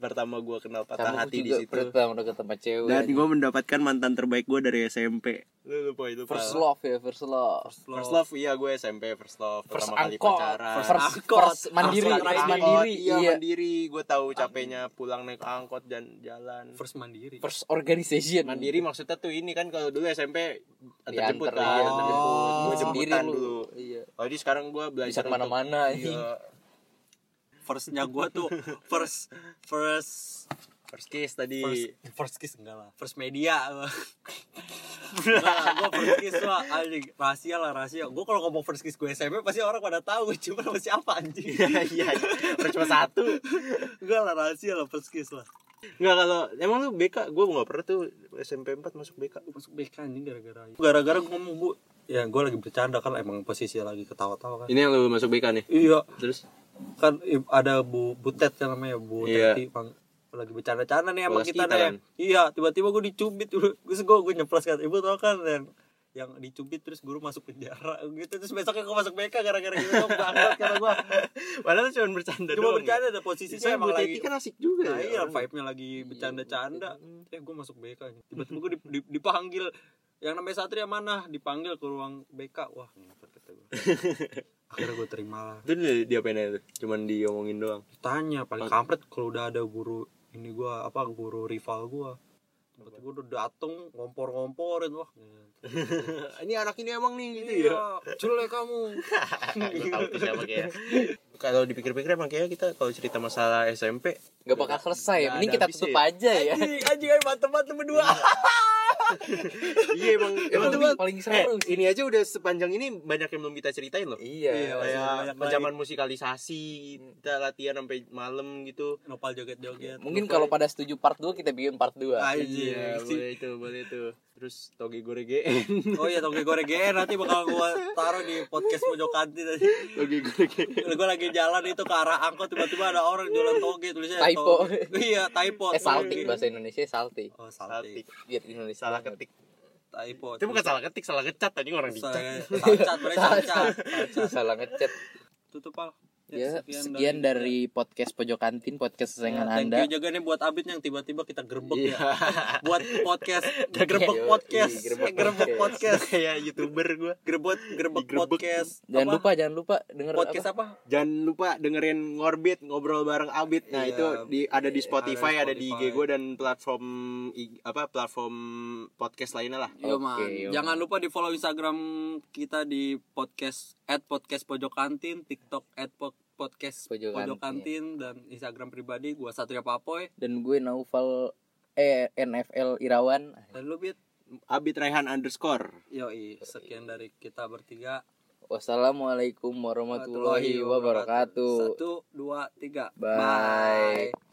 Speaker 1: Pertama gua kenal patah
Speaker 2: sama
Speaker 1: hati
Speaker 2: gue
Speaker 1: di
Speaker 2: juga
Speaker 1: situ.
Speaker 2: pertama udah ketemu cewek Nah,
Speaker 1: Dan
Speaker 2: anjing.
Speaker 1: gua mendapatkan mantan terbaik gua dari SMP. Lu lupa itu
Speaker 2: first
Speaker 1: Pal.
Speaker 2: love ya first love
Speaker 1: First love. First love, iya gue SMP first love
Speaker 2: First
Speaker 1: pertama kali
Speaker 2: angkot.
Speaker 1: pacaran.
Speaker 2: First angkot. Mandiri.
Speaker 1: First
Speaker 2: First
Speaker 1: angkot,
Speaker 2: mandiri,
Speaker 1: Iya,
Speaker 2: iya.
Speaker 1: mandiri. Gue tahu capeknya pulang naik angkot dan jalan.
Speaker 3: first mandiri
Speaker 2: first organization
Speaker 1: Mandiri maksudnya tuh ini kan kalau dulu SMP antar
Speaker 2: Diantar,
Speaker 1: jemput
Speaker 2: iya,
Speaker 1: kan, antar
Speaker 2: antar
Speaker 1: jemput.
Speaker 2: jemput.
Speaker 1: Gue
Speaker 2: sendiri
Speaker 1: jemputan
Speaker 2: lu
Speaker 1: dulu.
Speaker 2: iya
Speaker 1: Oh, jadi sekarang gue
Speaker 2: bisa
Speaker 1: belajar untuk-
Speaker 2: kemana-mana anjing.
Speaker 1: Iya.
Speaker 3: firstnya gua tuh first first
Speaker 1: First kiss tadi.
Speaker 3: first, first kiss enggak lah first media gua. Enggak, gua first kiss lah anjing rahasia lah rahasia gua kalau ngomong first kiss gue SMP pasti orang pada tahu cuma sama siapa anjing
Speaker 1: Iya, iya. First cuma satu.
Speaker 3: enggak lah rahasia lah first kiss lah
Speaker 1: Enggak kalau emang lu BK, gue nggak pernah tuh SMP 4 masuk BK.
Speaker 3: masuk BK anjing gara-gara gara-gara gua ngomong bu ya gua lagi bercanda kan emang posisi lagi ketawa-tawa kan
Speaker 1: Ini yang lu masuk BK nih.
Speaker 3: iya
Speaker 1: Terus
Speaker 3: kan i- ada Bu Butet yang namanya Bu
Speaker 1: Iya.
Speaker 3: Teti Bang- lagi bercanda-canda nih emang
Speaker 1: Bola
Speaker 3: kita
Speaker 1: kita kan?
Speaker 3: nih iya tiba-tiba gue dicubit gue gue gue nyeplos kan ibu tau kan yang yang dicubit terus guru masuk penjara gitu terus besoknya gue masuk BK gara-gara gitu gue banget karena gue
Speaker 1: padahal cuma bercanda
Speaker 3: cuma
Speaker 1: doang. ya?
Speaker 3: bercanda ada
Speaker 1: Itu
Speaker 3: posisinya
Speaker 1: emang
Speaker 3: emang lagi
Speaker 1: kan asik juga.
Speaker 3: nah iya
Speaker 1: orang.
Speaker 3: vibe-nya lagi bercanda-canda eh gue masuk BK nih. tiba-tiba gue dipanggil yang namanya Satria mana dipanggil ke ruang BK wah ngepet kata gue akhirnya gue terima lah
Speaker 1: Itu dia, dia aja tuh? Cuman diomongin doang.
Speaker 3: tanya paling kampret kalau udah ada guru ini gua apa guru rival gua tiba-tiba udah dateng ngompor-ngomporin wah
Speaker 1: ini anak ini emang nih gitu ya.
Speaker 3: iya jelek kamu
Speaker 1: Gua tahu tuh siapa kayak. Kalau dipikir-pikir emang kayaknya kita kalau cerita masalah SMP
Speaker 2: nggak bakal selesai
Speaker 1: Nggak
Speaker 2: mending
Speaker 1: ada
Speaker 2: kita
Speaker 1: habisnya
Speaker 2: tutup
Speaker 1: ya.
Speaker 2: aja ya
Speaker 3: anjing Iya, anjing ayo mantep banget lu berdua
Speaker 1: Iya emang
Speaker 2: Emang
Speaker 1: teman-
Speaker 2: paling seru
Speaker 1: eh, ini aja udah sepanjang ini banyak yang belum kita ceritain loh.
Speaker 2: iya
Speaker 3: Iya,
Speaker 1: Kayak
Speaker 3: banyak lagi.
Speaker 1: zaman musikalisasi, kita latihan sampai malam gitu.
Speaker 3: Iya, nopal joget-joget
Speaker 2: mungkin Iya, kalau pada setuju part 2 kita bikin part 2
Speaker 3: anjing Si-
Speaker 1: Iya, boleh itu, boleh itu. Terus toge gorege.
Speaker 3: oh iya toge goreng GR nanti bakal gua taruh di podcast pojok kantin aja
Speaker 1: toge gorege.
Speaker 3: gua lagi jalan itu ke arah angkot tiba-tiba ada orang jualan toge tulisnya
Speaker 2: Typo.
Speaker 3: toge. iya typo
Speaker 2: eh saltik
Speaker 3: toge.
Speaker 2: bahasa Indonesia saltik
Speaker 3: oh
Speaker 1: Saltik.
Speaker 3: saltik
Speaker 2: biar Indonesia
Speaker 1: Salah
Speaker 2: banget.
Speaker 1: ketik.
Speaker 3: typo
Speaker 1: Itu bukan salah ketik, salah kecat tadi orang dicat.
Speaker 3: Salah- salah cat, boleh salah cat.
Speaker 2: salah ngechat
Speaker 3: tutup pal
Speaker 2: ya sekian dari podcast pojok kantin podcast kesayangan
Speaker 3: Ya,
Speaker 2: anda
Speaker 3: Thank you juga nih buat Abid yang tiba-tiba kita gerbek
Speaker 1: Iya.
Speaker 3: ya. Buat podcast, gerbek
Speaker 2: Iya,
Speaker 3: podcast,
Speaker 2: iya, gerbek
Speaker 3: gerbek podcast,
Speaker 1: Kayak youtuber gua.
Speaker 3: gerbek gerbek
Speaker 1: Digerebek.
Speaker 3: podcast.
Speaker 2: jangan
Speaker 3: Apa?
Speaker 2: lupa jangan lupa denger
Speaker 3: podcast
Speaker 2: apa
Speaker 3: apa?
Speaker 1: Jangan lupa dengerin ngorbit ngobrol bareng Abid. Nah
Speaker 3: Iya.
Speaker 1: itu di, ada di Spotify, ada,
Speaker 3: Ada
Speaker 1: di
Speaker 3: di
Speaker 1: IG gue dan platform i- apa platform podcast lainnya lah.
Speaker 3: Yo, man.
Speaker 2: Oke, yo, man.
Speaker 3: Jangan lupa di follow Instagram kita di podcast at podcast pojok kantin, TikTok at po- podcast
Speaker 2: Pojok iya.
Speaker 3: pojok, kantin, dan Instagram pribadi gua Satria Papoy
Speaker 2: dan gue Naufal eh NFL Irawan
Speaker 3: dan lu Bit.
Speaker 1: Abid Raihan underscore.
Speaker 3: Yoi, sekian dari kita bertiga.
Speaker 2: wassalamualaikum warahmatullahi wabarakatuh
Speaker 3: Satu, dua, tiga.
Speaker 2: Bye.